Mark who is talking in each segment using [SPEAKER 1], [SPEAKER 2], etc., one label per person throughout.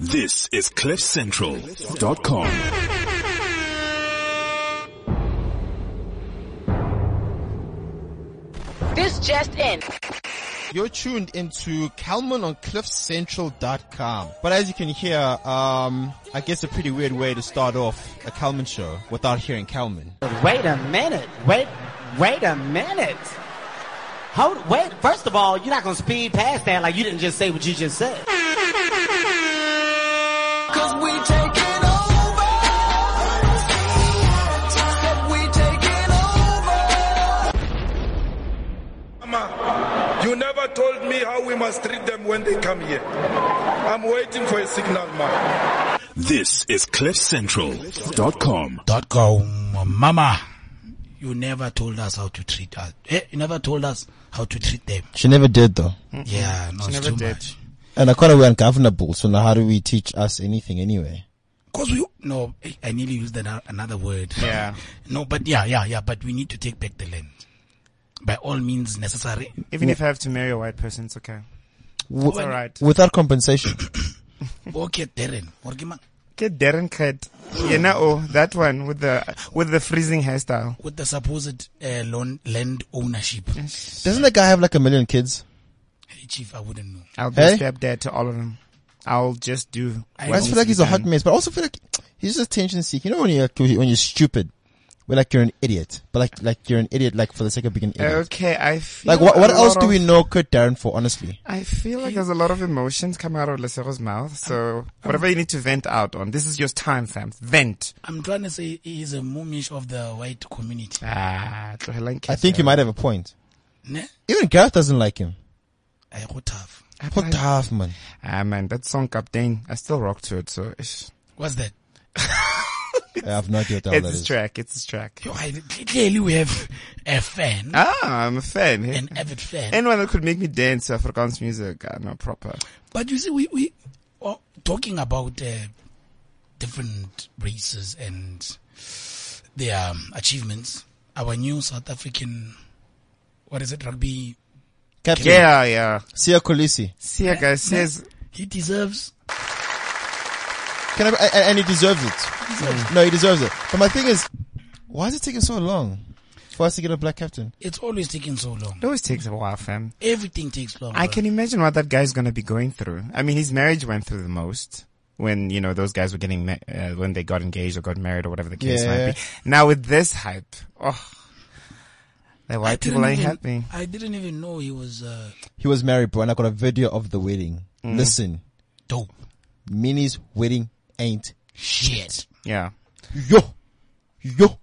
[SPEAKER 1] This is CliffCentral.com.
[SPEAKER 2] This just in.
[SPEAKER 3] You're tuned into Kalman on CliffCentral.com. But as you can hear, um, I guess a pretty weird way to start off a Kalman show without hearing Kalman.
[SPEAKER 4] Wait a minute. Wait, wait a minute. Hold, wait. First of all, you're not gonna speed past that like you didn't just say what you just said.
[SPEAKER 5] Cause we taking over. Said we taking over.
[SPEAKER 6] Mama, you never told me how we must treat them when they come here. I'm waiting for a signal, man.
[SPEAKER 1] This is CliffCentral.com.
[SPEAKER 7] dot com mama you never told us how to treat us eh, you never told us how to treat them
[SPEAKER 3] She never did though.
[SPEAKER 7] yeah no it's too much
[SPEAKER 3] And I quite we're ungovernable, so now how do we teach us anything anyway?
[SPEAKER 7] because we no eh, i nearly used an, another word yeah no but yeah yeah yeah but we need to take back the land by all means necessary
[SPEAKER 8] Even if I have to marry a white person, it's okay.
[SPEAKER 3] W-
[SPEAKER 8] It's alright.
[SPEAKER 3] Without compensation.
[SPEAKER 7] okay darren orgiman
[SPEAKER 8] Get Darren Cat. Yeah, no, oh, that one with the with the freezing hairstyle.
[SPEAKER 7] with the supposed uh, loan, land ownership
[SPEAKER 3] Doesn't that guy have like a million kids?
[SPEAKER 7] hey, chief i wouldn't know
[SPEAKER 8] I'll be
[SPEAKER 3] Hey?
[SPEAKER 8] a stepdad to all of them. I'll just do.
[SPEAKER 7] I
[SPEAKER 3] I
[SPEAKER 8] what
[SPEAKER 3] just
[SPEAKER 8] needs
[SPEAKER 3] feel like
[SPEAKER 8] to
[SPEAKER 3] he's
[SPEAKER 8] be
[SPEAKER 3] a hot
[SPEAKER 8] done.
[SPEAKER 3] mess, but I also feel like he's just attention seeking. You know when you're when you're stupid, when like you're an idiot, but like like you're an idiot like for the sake of being an idiot.
[SPEAKER 8] Okay, I feel
[SPEAKER 3] Like what what
[SPEAKER 8] a
[SPEAKER 3] else
[SPEAKER 8] lot
[SPEAKER 3] do we
[SPEAKER 8] of-
[SPEAKER 3] know Kurt Darren for? Honestly,
[SPEAKER 8] I feel like there's a lot of emotions coming out of Lesero's mouth.
[SPEAKER 3] Um,
[SPEAKER 8] So whatever you need to vent out on, this is your time, fam. Vent.
[SPEAKER 7] i'm trying to say he's a moomish of the white community
[SPEAKER 8] Ah,
[SPEAKER 3] I think you might have a point.
[SPEAKER 7] ne
[SPEAKER 3] Even Gareth doesn't like him.
[SPEAKER 7] I go tough
[SPEAKER 3] What the half man?
[SPEAKER 8] Ah man, that song Captain, I still rock to it. So ish.
[SPEAKER 7] what's that
[SPEAKER 3] I have no idea what the hell
[SPEAKER 8] it's
[SPEAKER 3] Oh, that is.
[SPEAKER 8] his track. It's his track.
[SPEAKER 7] Yo, I, clearly we have a fan,
[SPEAKER 8] Ah, I'm a fan. eh?
[SPEAKER 7] an avid fan.
[SPEAKER 8] Anyone that could make me dance to Afrikaans music, uh, no proper.
[SPEAKER 7] but you see, we we are talking about uh, different races and their um, achievements. Our new South African, what is it, rugby?
[SPEAKER 3] Captain
[SPEAKER 8] Yeah, yeah.
[SPEAKER 3] Sia Kolisi.
[SPEAKER 8] See ya, guys. Says
[SPEAKER 7] He deserves.
[SPEAKER 3] Can I, and- and he deserves it. No, he deserves it. But my thing is, why is it taking so long for us to get a black captain?
[SPEAKER 7] It's always taking so long.
[SPEAKER 8] it always takes a while, fam.
[SPEAKER 7] Everything takes long.
[SPEAKER 8] I
[SPEAKER 7] bro.
[SPEAKER 8] can imagine what that guy's gonna be going through. I mean, his marriage went through the most when you know those guys were getting ma- uh, when they got engaged or got married or whatever the case
[SPEAKER 3] Yeah.
[SPEAKER 8] might be. Now with this hype, oh, the
[SPEAKER 7] I
[SPEAKER 8] white
[SPEAKER 7] didn't
[SPEAKER 8] people ain't
[SPEAKER 7] even-
[SPEAKER 8] happy.
[SPEAKER 7] I didn't even know he was uh,
[SPEAKER 3] He was married, bro, and I got a video of the wedding.
[SPEAKER 8] Hmm.
[SPEAKER 3] Listen,
[SPEAKER 7] dope.
[SPEAKER 3] Minnie's wedding ain't
[SPEAKER 7] Shit.
[SPEAKER 8] Yeah,
[SPEAKER 3] Yo. Yo.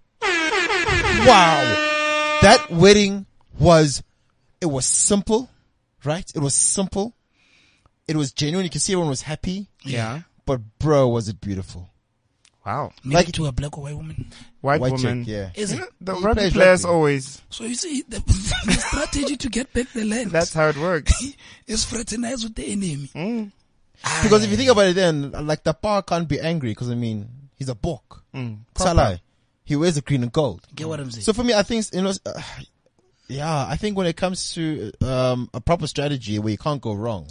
[SPEAKER 3] Wow. That wedding was, it was simple, right? It was simple. It was genuine. You can see everyone was happy,
[SPEAKER 8] yeah.
[SPEAKER 3] but bro, was it beautiful.
[SPEAKER 8] Wow,
[SPEAKER 7] Married
[SPEAKER 3] Like-
[SPEAKER 7] to a black or white woman.
[SPEAKER 8] white,
[SPEAKER 3] White
[SPEAKER 8] woman.
[SPEAKER 3] chick, yeah.
[SPEAKER 7] Is it?
[SPEAKER 8] The
[SPEAKER 3] He
[SPEAKER 8] rugby
[SPEAKER 3] plays
[SPEAKER 8] players
[SPEAKER 3] rugby.
[SPEAKER 8] always.
[SPEAKER 7] So you see, the, the strategy to get back the land.
[SPEAKER 8] That's Mm-hmm. how it works.
[SPEAKER 7] is fraternize with the enemy.
[SPEAKER 3] Because if you think about it then, like the power can't be angry because I mean, he's a bok. Salah. He wears the green and gold.
[SPEAKER 7] Get what I'm saying?
[SPEAKER 3] So for me, I think, you know, uh, yeah, I think when it comes to, um, a proper strategy where you can't go wrong,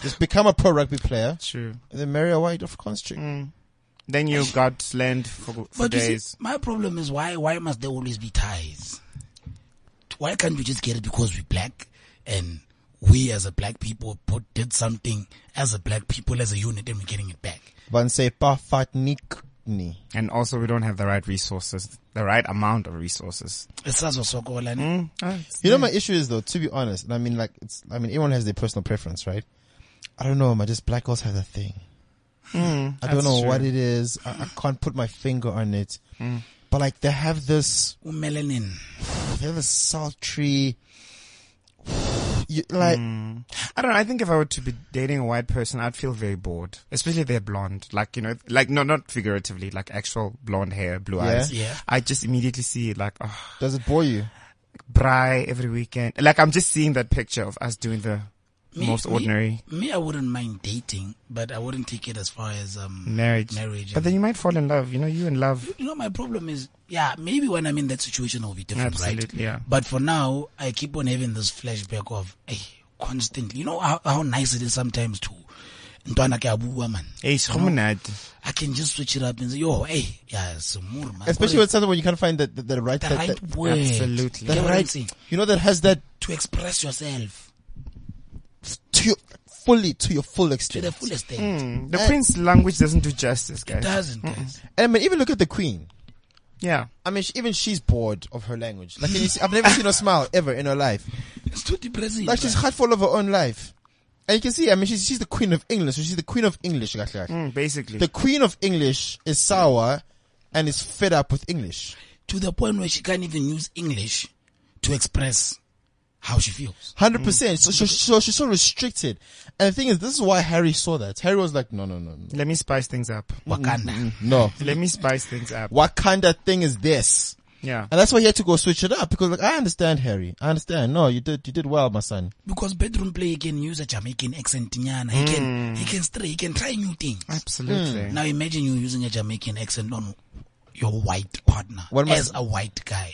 [SPEAKER 3] just become a pro rugby player.
[SPEAKER 8] True.
[SPEAKER 3] Then marry a white Afrikaans chick.
[SPEAKER 8] Then you got land for, for
[SPEAKER 7] but you
[SPEAKER 8] days.
[SPEAKER 7] see, my problem is why why must there always be ties? Why can't we just get it because we're black and we as a black people put, did something as a black people as a unit and we're getting it back?
[SPEAKER 3] Van say pa fat nikni.
[SPEAKER 8] And also, we don't have the right resources, the right amount of resources.
[SPEAKER 7] It's us also called, and
[SPEAKER 3] You know my issue is though, to be honest, and I mean like it's I mean everyone has their personal preference, right? I don't know, man, just black girls have that thing. I don't
[SPEAKER 8] that's
[SPEAKER 3] know
[SPEAKER 8] true.
[SPEAKER 3] what it is. I, I can't put my finger on it. But like they have this
[SPEAKER 8] Hmm?
[SPEAKER 7] melanin.
[SPEAKER 3] they have this sultry you, like
[SPEAKER 8] I don't know. I think if I were to be dating a white person, I'd feel very bored, especially if they're blonde. Like, you know, like, no, not figuratively, like actual blonde hair, blue
[SPEAKER 3] Yeah.
[SPEAKER 8] eyes.
[SPEAKER 7] Yeah.
[SPEAKER 8] I just immediately see like, oh,
[SPEAKER 3] does it bore you?
[SPEAKER 8] braai every weekend. Like, I'm just seeing that picture of us doing the
[SPEAKER 7] Me-
[SPEAKER 8] most
[SPEAKER 7] me-
[SPEAKER 8] ordinary
[SPEAKER 7] Me, I wouldn't mind dating, but I wouldn't take it as far as um
[SPEAKER 8] marriage.
[SPEAKER 7] Marriage.
[SPEAKER 8] But then you might fall in love. You know, you in love.
[SPEAKER 7] you know, my problem is, yeah, maybe when I'm in that situation, it'll be different, right?
[SPEAKER 8] Absolutely, yeah.
[SPEAKER 7] But for now, I keep on having this flashback of, hey, constantly. You know how, how nice it is sometimes to ntwana ke a bua man
[SPEAKER 8] Hey, it's hominid.
[SPEAKER 7] i can just switch it up and say yo hey yeah it's more man
[SPEAKER 3] Especially with something when you can't find the, the, the right,
[SPEAKER 7] the
[SPEAKER 3] that-
[SPEAKER 7] right
[SPEAKER 3] that-
[SPEAKER 7] word
[SPEAKER 8] Absolutely.
[SPEAKER 7] the
[SPEAKER 3] that
[SPEAKER 7] right
[SPEAKER 3] right-
[SPEAKER 7] thing
[SPEAKER 3] you know, that has that
[SPEAKER 7] to express yourself
[SPEAKER 3] to your, fully, to your full
[SPEAKER 7] to
[SPEAKER 3] extent.
[SPEAKER 7] the full extent
[SPEAKER 8] The Queen's language doesn't do justice, Mm, guys.
[SPEAKER 7] doesn't guys
[SPEAKER 3] And I mean, even look at the queen.
[SPEAKER 8] Yeah.
[SPEAKER 3] I mean, she, even she's bored of her language. Like, can you see, I've never seen her smile ever in her life.
[SPEAKER 7] it's too depressing
[SPEAKER 3] Like, she's heartful of her own life. And you can see, I mean, she's, she's the queen of England, so she's the queen of English. like, like.
[SPEAKER 8] Mm, basically.
[SPEAKER 3] The queen of English is sour and is fed up with English.
[SPEAKER 7] to the point where she can't even use English to express how she feels.
[SPEAKER 8] Mm.
[SPEAKER 3] Hundred percent. So, so, so she's so restricted. And the thing is, this is why Harry saw that. Harry was like, no, no, no, no,
[SPEAKER 8] Let me spice things up.
[SPEAKER 7] Wakanda.
[SPEAKER 3] no.
[SPEAKER 8] Let me spice things up.
[SPEAKER 3] What kind of thing is this?
[SPEAKER 8] Yeah.
[SPEAKER 3] And that's why he had to go switch it up because, like, I understand, Harry. I understand. No, you did, you did well, my son.
[SPEAKER 7] Because bedroom play he can use a Jamaican accent nyana. He
[SPEAKER 8] Mm.
[SPEAKER 7] can he can stray, he can try new things.
[SPEAKER 8] Absolutely.
[SPEAKER 7] Hmm. Now imagine you using a Jamaican accent on your white partner
[SPEAKER 3] What must-
[SPEAKER 7] as a white guy.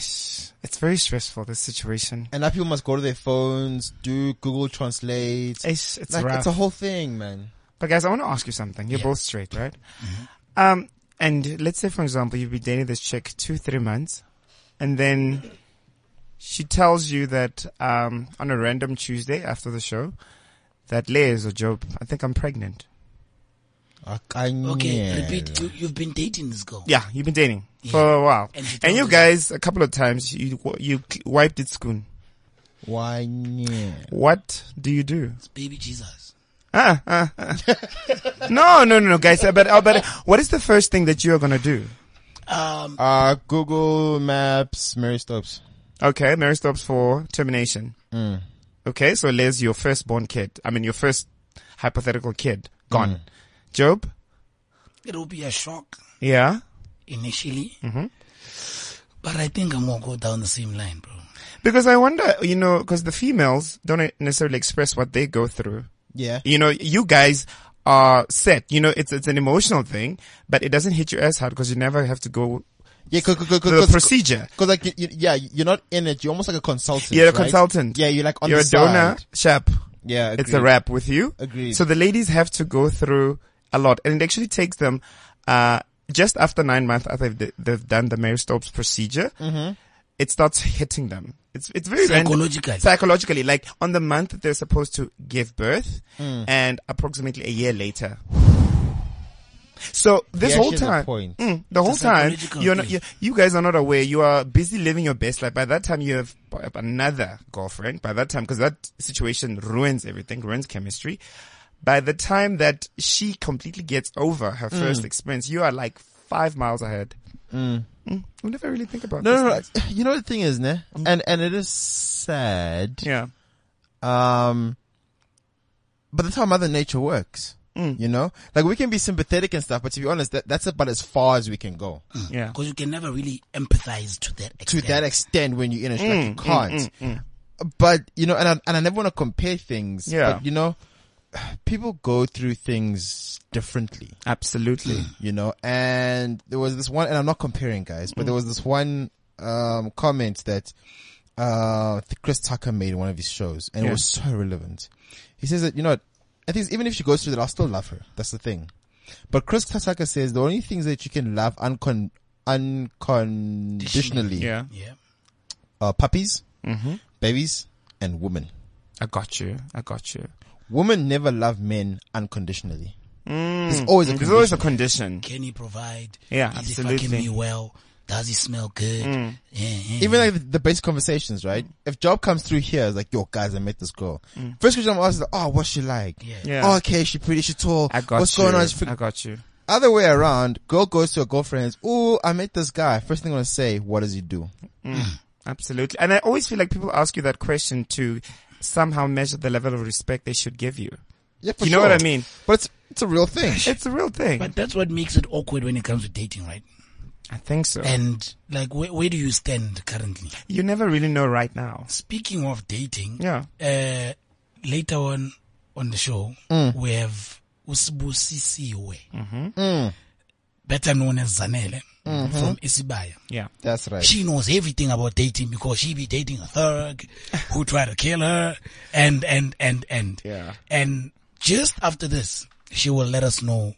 [SPEAKER 8] It's very stressful, this situation.
[SPEAKER 3] And now people must go to their phones, do Google Translate.
[SPEAKER 8] It's, it's
[SPEAKER 3] like,
[SPEAKER 8] rough.
[SPEAKER 3] it's a whole thing, man.
[SPEAKER 8] But guys, I want to ask you something. You're
[SPEAKER 7] Yeah. Mm-hmm.
[SPEAKER 8] both straight, right? Um, and let's say, for example, you've been dating this chick two, three months, and then she tells you that um, on a random Tuesday after the show that Liz or Job, I think I'm pregnant.
[SPEAKER 7] Okay,
[SPEAKER 3] Okay,
[SPEAKER 7] repeat. You, you've been dating this girl.
[SPEAKER 8] Yeah, you've been dating
[SPEAKER 7] Yeah.
[SPEAKER 8] for a while,
[SPEAKER 7] And
[SPEAKER 8] and,
[SPEAKER 7] she tells
[SPEAKER 8] you
[SPEAKER 7] you-
[SPEAKER 8] guys a couple of times you you wiped it spoon.
[SPEAKER 3] Why? Yeah.
[SPEAKER 8] What do you do?
[SPEAKER 7] It's baby Jesus.
[SPEAKER 8] Ah, ah, ah. no, no, no, no, guys. uh, But uh, but what is the first thing that you are gonna do?
[SPEAKER 7] Um,
[SPEAKER 3] Uh, Google Maps, Mary Stopes.
[SPEAKER 8] Okay, Mary stops for termination. Okay, so Liz, your firstborn kid, I mean your first hypothetical kid, gone. Job,
[SPEAKER 7] it will be a shock
[SPEAKER 8] yeah,
[SPEAKER 7] initially.
[SPEAKER 8] Mm-hmm.
[SPEAKER 7] But I think I'm gonna go down the same line, bro.
[SPEAKER 8] because I wonder, you know, because the females don't necessarily express what they go through.
[SPEAKER 3] Yeah.
[SPEAKER 8] You know, you guys are set. You know, it's it's an emotional thing, but it doesn't hit you as hard because you never have to go
[SPEAKER 3] Yeah, cause, cause, cause,
[SPEAKER 8] through the
[SPEAKER 3] 'cause-
[SPEAKER 8] procedure.
[SPEAKER 3] Cause like, you, you- yeah, you're not in it. You're almost like a consultant.
[SPEAKER 8] You're a
[SPEAKER 3] right?
[SPEAKER 8] consultant.
[SPEAKER 3] Yeah, you're like on
[SPEAKER 8] You're a
[SPEAKER 3] the
[SPEAKER 8] donor,
[SPEAKER 3] side.
[SPEAKER 8] chap.
[SPEAKER 3] Yeah,
[SPEAKER 8] it's a
[SPEAKER 3] agreed.
[SPEAKER 8] wrap with you.
[SPEAKER 3] Agreed.
[SPEAKER 8] So the ladies have to go through a lot, and it actually takes them uh, just after nine months after they've, they've done the Mary Stopes procedure.
[SPEAKER 3] Mm-hmm.
[SPEAKER 8] It starts hitting them. It's it's very random.
[SPEAKER 7] Psychologically.
[SPEAKER 8] Psychologically, like on the month that they're supposed to give birth,
[SPEAKER 3] Mm.
[SPEAKER 8] and approximately a year later. So this
[SPEAKER 3] Yeah,
[SPEAKER 8] whole
[SPEAKER 3] she has a
[SPEAKER 8] time,
[SPEAKER 3] point.
[SPEAKER 8] Mm, the whole time,
[SPEAKER 7] psychological
[SPEAKER 8] you're not,
[SPEAKER 7] thing.
[SPEAKER 8] you you guys are not aware. You are busy living your best life. By that time, you have p- another girlfriend. By that time, because that situation ruins everything, ruins chemistry. By the time that she completely gets over her first experience, you are like five miles ahead. Mm, you never really think about
[SPEAKER 3] No,
[SPEAKER 8] this.
[SPEAKER 3] no, no. You know the thing is, ne? And and it is sad.
[SPEAKER 8] Yeah.
[SPEAKER 3] Um, but that's how Mother Nature works. You know, like we can be sympathetic and stuff, but to be honest, that, that's about as far as we can go
[SPEAKER 8] Yeah.
[SPEAKER 7] Because you can never really empathize to that
[SPEAKER 3] to
[SPEAKER 7] extent.
[SPEAKER 3] that extent when you're in a like, you
[SPEAKER 8] Mm,
[SPEAKER 3] can't. But you know, and I, and I never want to compare things.
[SPEAKER 8] Yeah.
[SPEAKER 3] But you know, people go through things differently.
[SPEAKER 8] Absolutely.
[SPEAKER 3] you know, and there was this one, and I'm not comparing guys, but there
[SPEAKER 8] Mm.
[SPEAKER 3] was this one, um, comment that, uh, th- Chris Tucker made in one of his shows, and it
[SPEAKER 8] Yeah.
[SPEAKER 3] was so relevant. He says that, you know, what, I think even if she goes through that, I'll still love her. That's the thing. But Chris Tucker says the only things that you can love uncon- unconditionally
[SPEAKER 8] Yeah.
[SPEAKER 7] Yeah.
[SPEAKER 3] are uh, puppies,
[SPEAKER 8] Mm-hmm.
[SPEAKER 3] babies, and women.
[SPEAKER 8] I got you. I got you.
[SPEAKER 3] Women never love men unconditionally. There's always a
[SPEAKER 8] There's
[SPEAKER 3] condition.
[SPEAKER 8] Mm. always a condition.
[SPEAKER 7] Can he provide?
[SPEAKER 8] Yeah,
[SPEAKER 7] Is he fucking
[SPEAKER 8] absolutely. Mm.
[SPEAKER 7] me well? Does he smell good? Yeah, yeah.
[SPEAKER 3] even like the, the basic conversations, right? If Job comes through here, it's like, yo, guys, I met this girl. First question I'm asked is, oh, what's she like?
[SPEAKER 7] Yeah.
[SPEAKER 8] Mm. Yeah.
[SPEAKER 3] Oh, okay, she pretty, she tall.
[SPEAKER 8] I got
[SPEAKER 3] what's
[SPEAKER 8] you.
[SPEAKER 3] going on? She
[SPEAKER 8] I
[SPEAKER 3] freak-
[SPEAKER 8] got you.
[SPEAKER 3] Other way around, girl goes to her girlfriend's, ooh, I met this guy. First thing I'm going to say, what does he do?
[SPEAKER 8] Absolutely. And I always feel like people ask you that question to somehow measure the level of respect they should give you.
[SPEAKER 3] Yeah,
[SPEAKER 8] You know what I mean?
[SPEAKER 3] But it's, it's a real thing.
[SPEAKER 8] It's a real thing.
[SPEAKER 7] But that's what makes it awkward when it comes to dating, right?
[SPEAKER 8] I think so.
[SPEAKER 7] And like, where, where do you stand currently?
[SPEAKER 8] You never really know right now.
[SPEAKER 7] Speaking of dating,
[SPEAKER 8] Yeah.
[SPEAKER 7] uh, later on on the show,
[SPEAKER 8] Mm.
[SPEAKER 7] we have Usibusisiwe,
[SPEAKER 8] Mm-hmm.
[SPEAKER 7] Mm. better known as Zanele, from Isibaya.
[SPEAKER 8] Yeah.
[SPEAKER 3] That's right.
[SPEAKER 7] She knows everything about dating because she be dating a thug who tried to kill her and, and, and, and.
[SPEAKER 8] Yeah.
[SPEAKER 7] And Just after this, she will let us know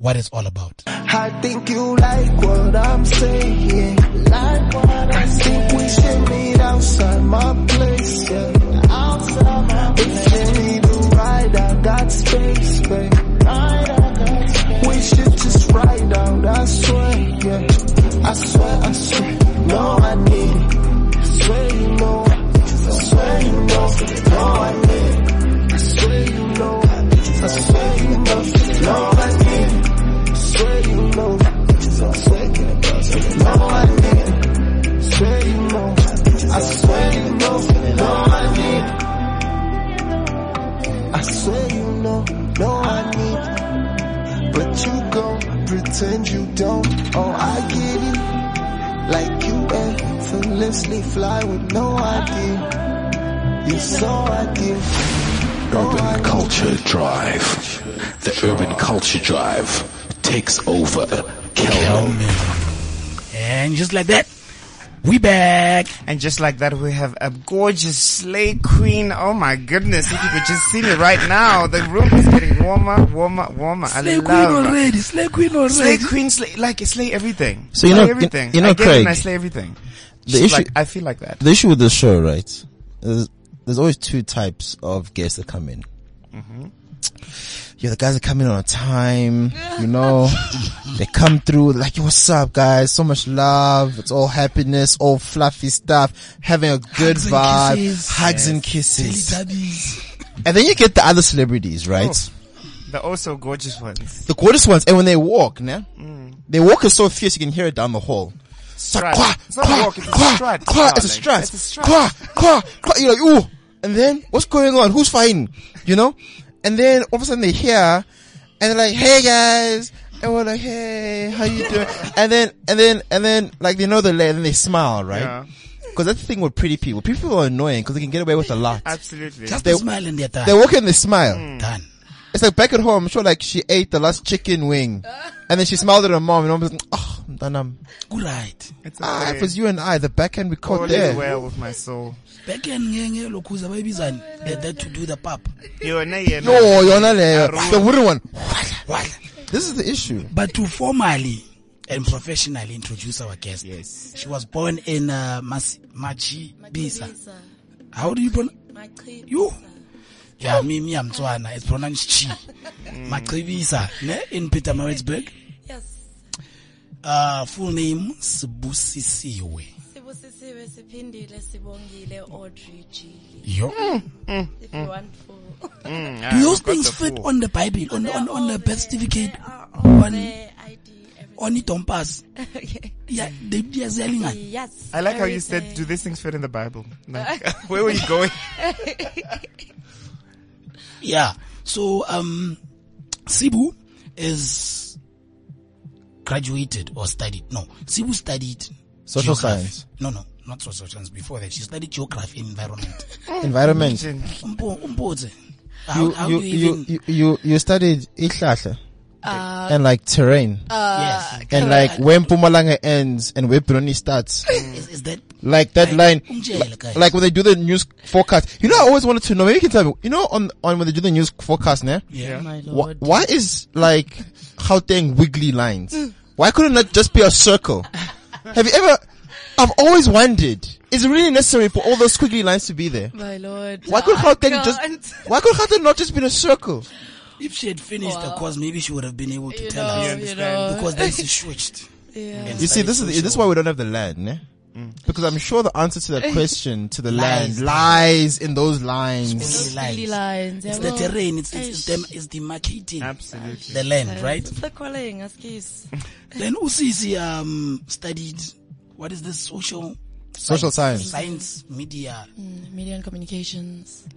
[SPEAKER 7] what it's all about.
[SPEAKER 5] I think you like what I'm saying. Like what I'm I think we should meet outside my place. Yeah. Outside my place. If you need a ride, I got space, babe. We should just ride out. I swear, yeah. I swear, I swear. No, I need it. I swear you know. I swear you know. No, I need it. I swear you know. I swear you know. No, I need it swear you know. I swear you know. No, I need it. Swear you know. I swear you know. No, I need it. I swear you know. No, I need it. But you gon' pretend you don't. Oh, I get it. Like you ain't fearlessly fly with no idea. You're so idea.
[SPEAKER 1] Urban Culture Drive. The Urban Culture Drive takes over Kelm.
[SPEAKER 7] And just like that, we back.
[SPEAKER 8] And just like that, we have a gorgeous slay queen. Oh my goodness. If you could just see me right now, the room is getting warmer, warmer, warmer. I
[SPEAKER 7] Slay queen
[SPEAKER 8] love it.
[SPEAKER 7] already. Slay queen already.
[SPEAKER 8] Slay queen, slay, like, slay everything.
[SPEAKER 3] So you
[SPEAKER 8] Slay
[SPEAKER 3] know-
[SPEAKER 8] everything.
[SPEAKER 3] you know,
[SPEAKER 8] I get it
[SPEAKER 3] Craig,
[SPEAKER 8] and I slay everything.
[SPEAKER 3] the
[SPEAKER 8] She's
[SPEAKER 3] issue-
[SPEAKER 8] like, I feel like that.
[SPEAKER 3] The issue with this show, right? There's, there's always two types of guests that come in.
[SPEAKER 7] Mm-hmm.
[SPEAKER 3] Yeah, the guys that come in on time, you know, they come through they're like, "Yo, what's up guys? So much love. It's all happiness, all fluffy stuff, having a good
[SPEAKER 7] Hugs and
[SPEAKER 3] vibe,
[SPEAKER 7] kisses.
[SPEAKER 3] hugs and kisses.
[SPEAKER 7] Teletubbies.
[SPEAKER 3] And then you get the other celebrities, right?
[SPEAKER 7] Oh.
[SPEAKER 8] The also gorgeous ones.
[SPEAKER 3] The gorgeous ones. And when they walk, nah, they walk is so fierce you can hear it down the hall.
[SPEAKER 8] Mm. Strut.
[SPEAKER 3] Qua,
[SPEAKER 8] It's not
[SPEAKER 3] qua,
[SPEAKER 8] a walk, it's a
[SPEAKER 3] qua,
[SPEAKER 8] strut.
[SPEAKER 3] qua, it's a
[SPEAKER 8] darling.
[SPEAKER 3] strut.
[SPEAKER 8] It's a strut.
[SPEAKER 3] Qua, qua, qua. You're like, ooh. And then, what's going on? Who's fighting? You know? And then, all of a sudden, they hear, and they're like, hey guys. And we're like, hey, how you doing? and then, and then, and then, like, they know the lay, and then they smile, right?
[SPEAKER 8] Yeah.
[SPEAKER 3] Cause that's the thing with pretty people. Pretty people are annoying because they can get away with a lot.
[SPEAKER 8] Absolutely.
[SPEAKER 7] Just
[SPEAKER 3] They-
[SPEAKER 7] a smile and they're done.
[SPEAKER 3] They walk in, they smile.
[SPEAKER 8] Mm.
[SPEAKER 7] done.
[SPEAKER 3] It's like back at home, I'm sure like she ate the last chicken wing. And then she smiled at her mom and mom was like, oh, Danam.
[SPEAKER 7] All right.
[SPEAKER 8] It's
[SPEAKER 3] Ah,
[SPEAKER 8] okay.
[SPEAKER 3] it was you and I, the backhand we caught
[SPEAKER 8] All
[SPEAKER 3] there.
[SPEAKER 8] is well with my soul.
[SPEAKER 7] Back in ngenge lokhuza bayibizani. They're there to do the pap.
[SPEAKER 8] Yona, yena.
[SPEAKER 3] No, you're not there.
[SPEAKER 8] Arun.
[SPEAKER 3] The wooden one.
[SPEAKER 7] What?
[SPEAKER 3] This is the issue.
[SPEAKER 7] But to formally and professionally introduce our guest,
[SPEAKER 8] Yes.
[SPEAKER 7] she was born in uh, Mas- Machibisa. How do you pronounce? You. Yeah, me, me, I'm Tswana. It's pronounced Chi. Machibisa, ne? In Peter Maritzburg.
[SPEAKER 2] Yes.
[SPEAKER 7] Uh, full name, Sibusisiwe.
[SPEAKER 2] Sibusisiwe siphindile sibongile Audrey Gili.
[SPEAKER 7] Yo.
[SPEAKER 2] If you want full.
[SPEAKER 7] Do those
[SPEAKER 8] got
[SPEAKER 7] things
[SPEAKER 8] the
[SPEAKER 7] fit
[SPEAKER 8] full.
[SPEAKER 7] on the Bible, on, on, on the birth certificate,
[SPEAKER 2] They are all
[SPEAKER 7] on,
[SPEAKER 2] there, ID, everything.
[SPEAKER 7] on it on pass? Yeah, they, they're selling it.
[SPEAKER 2] Yes.
[SPEAKER 8] I like how you said, do
[SPEAKER 2] everything.
[SPEAKER 8] these things fit in the Bible? Like, where were you going?
[SPEAKER 7] Yeah. So um Sibu is graduated or studied. No, Sibu studied
[SPEAKER 3] Social
[SPEAKER 7] geography.
[SPEAKER 3] science.
[SPEAKER 7] No, no, not social science. Before that, she studied geography and environment.
[SPEAKER 3] Environment.
[SPEAKER 7] Umpo- umpoze. How,
[SPEAKER 3] You,
[SPEAKER 7] how
[SPEAKER 3] you,
[SPEAKER 7] do you
[SPEAKER 3] you,
[SPEAKER 7] even-
[SPEAKER 3] you, you, you studied Ihlahla. and like terrain.
[SPEAKER 7] uh,
[SPEAKER 8] Ah,
[SPEAKER 7] yes.
[SPEAKER 3] and like when Pumalanga ends and where Bruni starts.
[SPEAKER 7] is, is that
[SPEAKER 3] like that line.
[SPEAKER 7] umjele guys?
[SPEAKER 3] Like when they do the news forecast. You know, I always wanted to know, maybe you can tell me, you know, on, on when they do the news forecast, ne?
[SPEAKER 7] yeah.
[SPEAKER 3] Why, why is like Gauteng wiggly lines? Why couldn't that just be a circle? Have you ever? I've always wondered. Is it really necessary for all those squiggly lines to be there?
[SPEAKER 2] My lord.
[SPEAKER 3] Why could
[SPEAKER 2] I
[SPEAKER 3] Gauteng just?
[SPEAKER 2] can't.
[SPEAKER 3] Why could Gauteng not just be in a circle?
[SPEAKER 7] If she had finished the
[SPEAKER 2] Wow.
[SPEAKER 7] course, maybe she would have been able to
[SPEAKER 2] You
[SPEAKER 7] tell
[SPEAKER 2] know,
[SPEAKER 7] us.
[SPEAKER 2] you
[SPEAKER 8] understand.
[SPEAKER 2] know.
[SPEAKER 7] Because then she switched.
[SPEAKER 2] Yeah.
[SPEAKER 7] and
[SPEAKER 3] You see,
[SPEAKER 7] studied
[SPEAKER 3] this is this is
[SPEAKER 7] social- Mm.
[SPEAKER 3] why we don't have the land, ne? Because I'm sure the answer to that question to the land
[SPEAKER 7] Lies.
[SPEAKER 3] lies in those lines.
[SPEAKER 7] Squiggly
[SPEAKER 2] Silly
[SPEAKER 7] lines.
[SPEAKER 2] lines.
[SPEAKER 7] It's
[SPEAKER 2] yeah,
[SPEAKER 7] the
[SPEAKER 2] well,
[SPEAKER 7] terrain. It's it's, it's,
[SPEAKER 2] eish.
[SPEAKER 7] dem- it's demarcating
[SPEAKER 8] Absolutely.
[SPEAKER 7] the land, right?
[SPEAKER 2] It's the calling, excuse.
[SPEAKER 7] Then Usisi um studied what is this social
[SPEAKER 3] Social science.
[SPEAKER 7] science media
[SPEAKER 2] Mm, Media and communications.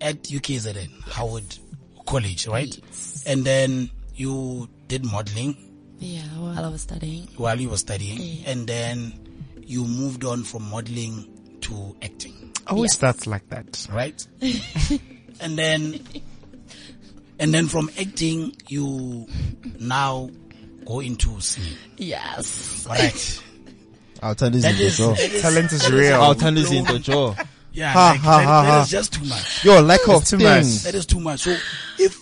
[SPEAKER 7] at UKZN Howard College, right? And then you did modeling
[SPEAKER 2] Yeah, while I was studying.
[SPEAKER 7] while you were studying,
[SPEAKER 2] Yeah.
[SPEAKER 7] and then you moved on from modeling to acting,
[SPEAKER 8] Always starts like that.
[SPEAKER 7] right? and then and then from acting you now go into singing,
[SPEAKER 2] Yes.
[SPEAKER 7] all right?
[SPEAKER 3] I'll turn this
[SPEAKER 7] That
[SPEAKER 3] into a
[SPEAKER 7] is-
[SPEAKER 3] jaw.
[SPEAKER 7] that is-
[SPEAKER 8] Oh, Talent is
[SPEAKER 7] that
[SPEAKER 8] real.
[SPEAKER 3] I'll turn this into a jaw.
[SPEAKER 7] Yeah,
[SPEAKER 3] Ha,
[SPEAKER 7] like,
[SPEAKER 3] ha,
[SPEAKER 7] that-
[SPEAKER 3] ha,
[SPEAKER 7] that
[SPEAKER 3] ha.
[SPEAKER 7] is just too much.
[SPEAKER 3] Yo, lack of
[SPEAKER 8] too much.
[SPEAKER 3] things.
[SPEAKER 7] That is too much. So if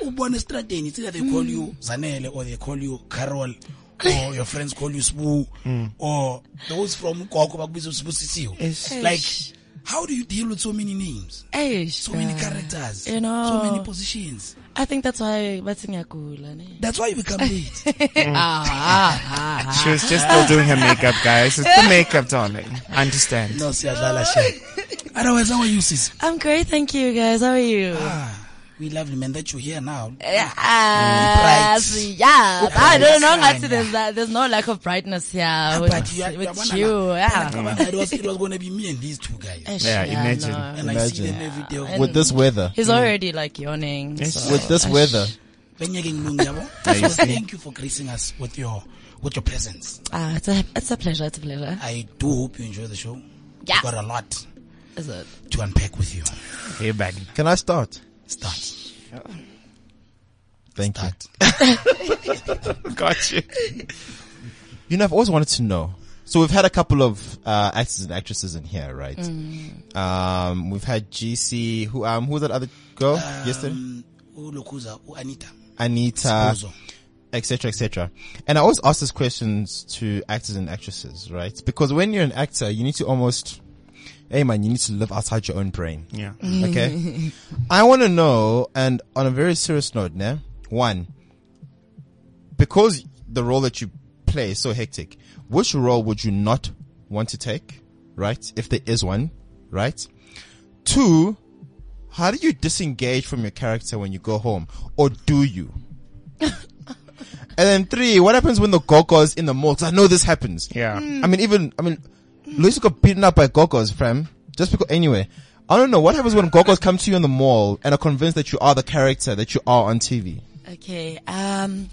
[SPEAKER 7] ubone estradeni it's either they call you
[SPEAKER 2] Mm.
[SPEAKER 7] zanele or they call you carol or your friends call you sbu
[SPEAKER 3] Mm.
[SPEAKER 7] or those from gogo bakubiza sbu sisiwe like how do you deal with so many names
[SPEAKER 2] Eish,
[SPEAKER 7] so many
[SPEAKER 2] bruh.
[SPEAKER 7] characters
[SPEAKER 2] You know.
[SPEAKER 7] so many positions
[SPEAKER 2] I think that's why bathi ngiyagula ne.
[SPEAKER 7] that's why you become late
[SPEAKER 8] She was just still doing her makeup, guys. It's the makeup, darling. Understand.
[SPEAKER 7] no siyadlala shame otherwise how are you sis
[SPEAKER 2] I'm great, thank you guys. How are you?
[SPEAKER 7] ah we lovely man that you're here now
[SPEAKER 2] Ah,
[SPEAKER 7] Bright.
[SPEAKER 2] see, yeah.
[SPEAKER 7] Bright.
[SPEAKER 2] I don't know. I see
[SPEAKER 7] Yeah.
[SPEAKER 2] there's, that, there's no lack of brightness here with,
[SPEAKER 7] Ah, but you,
[SPEAKER 2] with
[SPEAKER 7] yabona
[SPEAKER 2] you.
[SPEAKER 7] la,
[SPEAKER 2] Yeah.
[SPEAKER 7] like, it was it was going to be me and these two guys
[SPEAKER 2] Eish,
[SPEAKER 8] Yeah, imagine.
[SPEAKER 2] no.
[SPEAKER 7] and I see
[SPEAKER 3] Imagine.
[SPEAKER 7] them every day
[SPEAKER 2] And
[SPEAKER 3] With this weather.
[SPEAKER 2] He's already like yawning.
[SPEAKER 8] Yes.
[SPEAKER 2] so-
[SPEAKER 3] With this
[SPEAKER 2] Eish.
[SPEAKER 3] weather.
[SPEAKER 7] Benyeke Ngilungu, yabo? So
[SPEAKER 8] you see.
[SPEAKER 7] thank you for gracing us with your with your presence.
[SPEAKER 2] Ah, it's a, it's a pleasure. It's a pleasure.
[SPEAKER 7] I do hope you enjoy the show.
[SPEAKER 2] Yeah.
[SPEAKER 7] We've got a lot
[SPEAKER 2] Is it?
[SPEAKER 7] to unpack with you.
[SPEAKER 8] Hey, buddy.
[SPEAKER 3] Can I start?
[SPEAKER 7] Start.
[SPEAKER 3] Thank you.
[SPEAKER 8] Got you.
[SPEAKER 3] You know, I've always wanted to know. So we've had a couple of uh, actors and actresses in here, right? Um, we've had GC. Who um, who was that other girl yesterday?
[SPEAKER 7] Um, uLukhuza, uAnita,
[SPEAKER 3] Anita,
[SPEAKER 7] Sibuzo.
[SPEAKER 3] etc., etc. And I always ask these questions to actors and actresses, right? Because when you're an actor, you need to almost, hey man, you need to live outside your own brain.
[SPEAKER 8] Yeah.
[SPEAKER 3] Okay. I want to know, and on a very serious note, now, one, because the role that you play is so hectic, which role would you not want to take, right? If there is one, right? Two, how do you disengage from your character when you go home, or do you? and then three, what happens when the gogos in the mall? 'Cause I know this happens.
[SPEAKER 8] Yeah.
[SPEAKER 3] I mean, even I mean, Luis got beaten up by Gogos, fam. Just because. Anyway, I don't know what happens when Gogos come to you in the mall and are convinced that you are the character that you are on TV.
[SPEAKER 2] Okay. Um,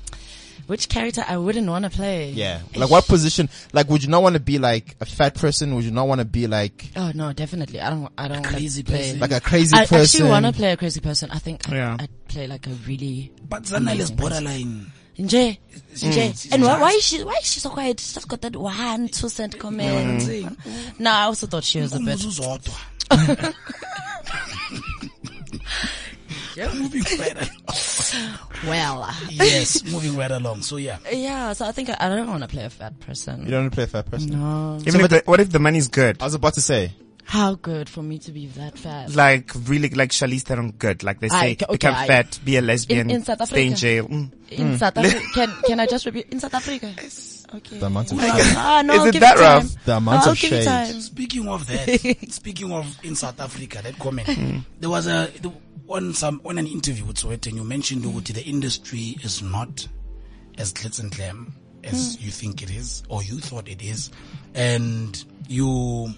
[SPEAKER 2] which character I wouldn't want to play?
[SPEAKER 3] Yeah, like what position? Like, would you not want to be like a fat person? Would you not want to be like
[SPEAKER 2] Oh no, definitely. I don't. I don't. wanna
[SPEAKER 7] crazy
[SPEAKER 2] play.
[SPEAKER 7] person.
[SPEAKER 3] like a crazy
[SPEAKER 2] I
[SPEAKER 3] person?
[SPEAKER 2] actually want to play a crazy person. I think I,
[SPEAKER 8] Yeah.
[SPEAKER 2] I'd play like a really
[SPEAKER 7] But Zanel is borderline.
[SPEAKER 2] Nje. Nje.
[SPEAKER 7] she's
[SPEAKER 2] And why,
[SPEAKER 7] nice.
[SPEAKER 2] why is she why is she so quiet? She's just got that one two cent
[SPEAKER 3] Mm.
[SPEAKER 2] comment. No, I also thought she was a bit.
[SPEAKER 7] Umuzuzodwa. Moving right along.
[SPEAKER 2] Well,
[SPEAKER 7] Yes, moving right along. So yeah.
[SPEAKER 2] yeah. So I think I, I don't want to play a fat person.
[SPEAKER 3] You don't want to play a fat person.
[SPEAKER 2] no.
[SPEAKER 8] Even if the, what if the money's good?
[SPEAKER 3] I was about to say.
[SPEAKER 2] How good for me to be that fat?
[SPEAKER 8] Like really, like Charlize Theron, good. Like they say,
[SPEAKER 2] I- okay,
[SPEAKER 8] become
[SPEAKER 2] I-
[SPEAKER 8] fat, be a lesbian,
[SPEAKER 2] In- in South
[SPEAKER 8] stay in
[SPEAKER 2] Africa.
[SPEAKER 8] jail. Mm.
[SPEAKER 2] in South Africa, can can I just repeat? In South Africa. Okay.
[SPEAKER 3] The amount of
[SPEAKER 2] Ah, no,
[SPEAKER 8] Is
[SPEAKER 2] I'll
[SPEAKER 8] it
[SPEAKER 2] give
[SPEAKER 8] that
[SPEAKER 2] it time.
[SPEAKER 8] rough?
[SPEAKER 3] The amount
[SPEAKER 2] I'll
[SPEAKER 3] of
[SPEAKER 2] give it
[SPEAKER 3] shade.
[SPEAKER 2] time.
[SPEAKER 7] Speaking of that, speaking of in South Africa, that comment, there was a the- on some on an interview with Sowetan, you mentioned Uguti, the industry is not as glitz and glam as you think it is or you thought it is, and you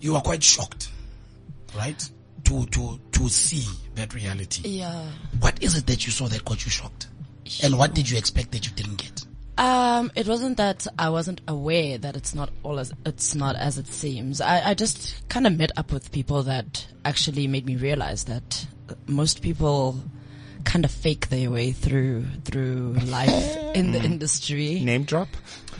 [SPEAKER 7] you are quite shocked, right? To to to see that reality.
[SPEAKER 2] Yeah.
[SPEAKER 7] What is it that you saw that got you shocked, and what did you expect that you didn't get?
[SPEAKER 2] Um, it wasn't that I wasn't aware that it's not all as it's not as it seems. I, I just kind of met up with people that actually made me realize that most people kind of fake their way through through life in the industry.
[SPEAKER 8] Mm. Name drop.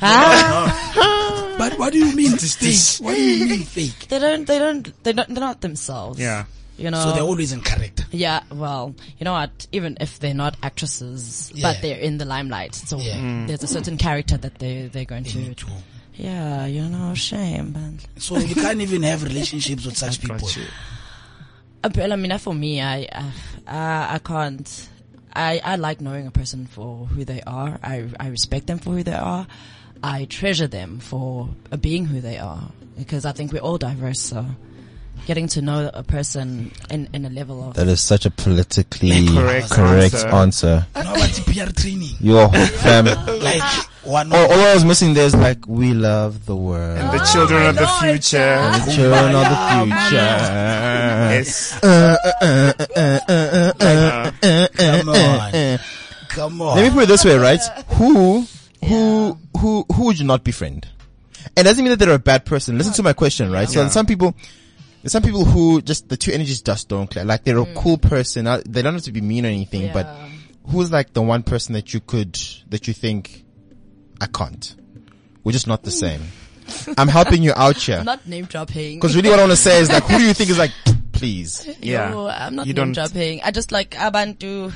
[SPEAKER 2] Ah,
[SPEAKER 7] But what do you mean fake? What do you mean fake?
[SPEAKER 2] they don't. They don't. They don't. They're not themselves.
[SPEAKER 8] Yeah.
[SPEAKER 2] You know.
[SPEAKER 7] So they're always in character.
[SPEAKER 2] yeah, well, you know what? Even if they're not actresses,
[SPEAKER 7] Yeah.
[SPEAKER 2] but they're in the limelight, so
[SPEAKER 7] Yeah.
[SPEAKER 3] Mm.
[SPEAKER 2] there's a certain character that they they're going
[SPEAKER 7] They need
[SPEAKER 2] to.
[SPEAKER 7] to.
[SPEAKER 2] Yeah, you know, shame, man.
[SPEAKER 7] So you can't even have relationships with such people.
[SPEAKER 8] Got you.
[SPEAKER 2] Uh, but, I mean, uh, for me, I, uh, I, I can't. I, I like knowing a person for who they are. I, I respect them for who they are. I treasure them for uh, being who they are because I think we're all diverse. So getting to know a person in, in a level of
[SPEAKER 3] That is such a politically
[SPEAKER 8] Correct
[SPEAKER 3] correct
[SPEAKER 8] answer.
[SPEAKER 3] answer.
[SPEAKER 7] No, but the PR training.
[SPEAKER 3] Yo, fam. all,
[SPEAKER 7] Like, one
[SPEAKER 3] all I was missing there is like, we love the world.
[SPEAKER 8] The
[SPEAKER 3] Oh
[SPEAKER 8] children of the future.
[SPEAKER 3] the children of the future.
[SPEAKER 8] Yes.
[SPEAKER 7] come on. Come
[SPEAKER 3] eh, Let me
[SPEAKER 7] on.
[SPEAKER 3] put it this way, right? Who, who, who, who would you not befriend? It doesn't mean that they're a bad person. Listen to my question, right? So
[SPEAKER 8] Yeah.
[SPEAKER 3] some people, there's some people who just the two energies just don't clash. Like they're a cool person. uh, They don't have to be mean or anything. But
[SPEAKER 2] Mm. Yeah.
[SPEAKER 3] who's like the one person that you could that you think I can't? We're just not the same. I'm helping you out here
[SPEAKER 2] Hmm. not name dropping.
[SPEAKER 3] because really what I want to say is like, who do you think is like? please.
[SPEAKER 8] Yeah.
[SPEAKER 2] No, I'm not
[SPEAKER 8] You
[SPEAKER 2] name
[SPEAKER 8] don't-
[SPEAKER 2] dropping. I just like Abantu.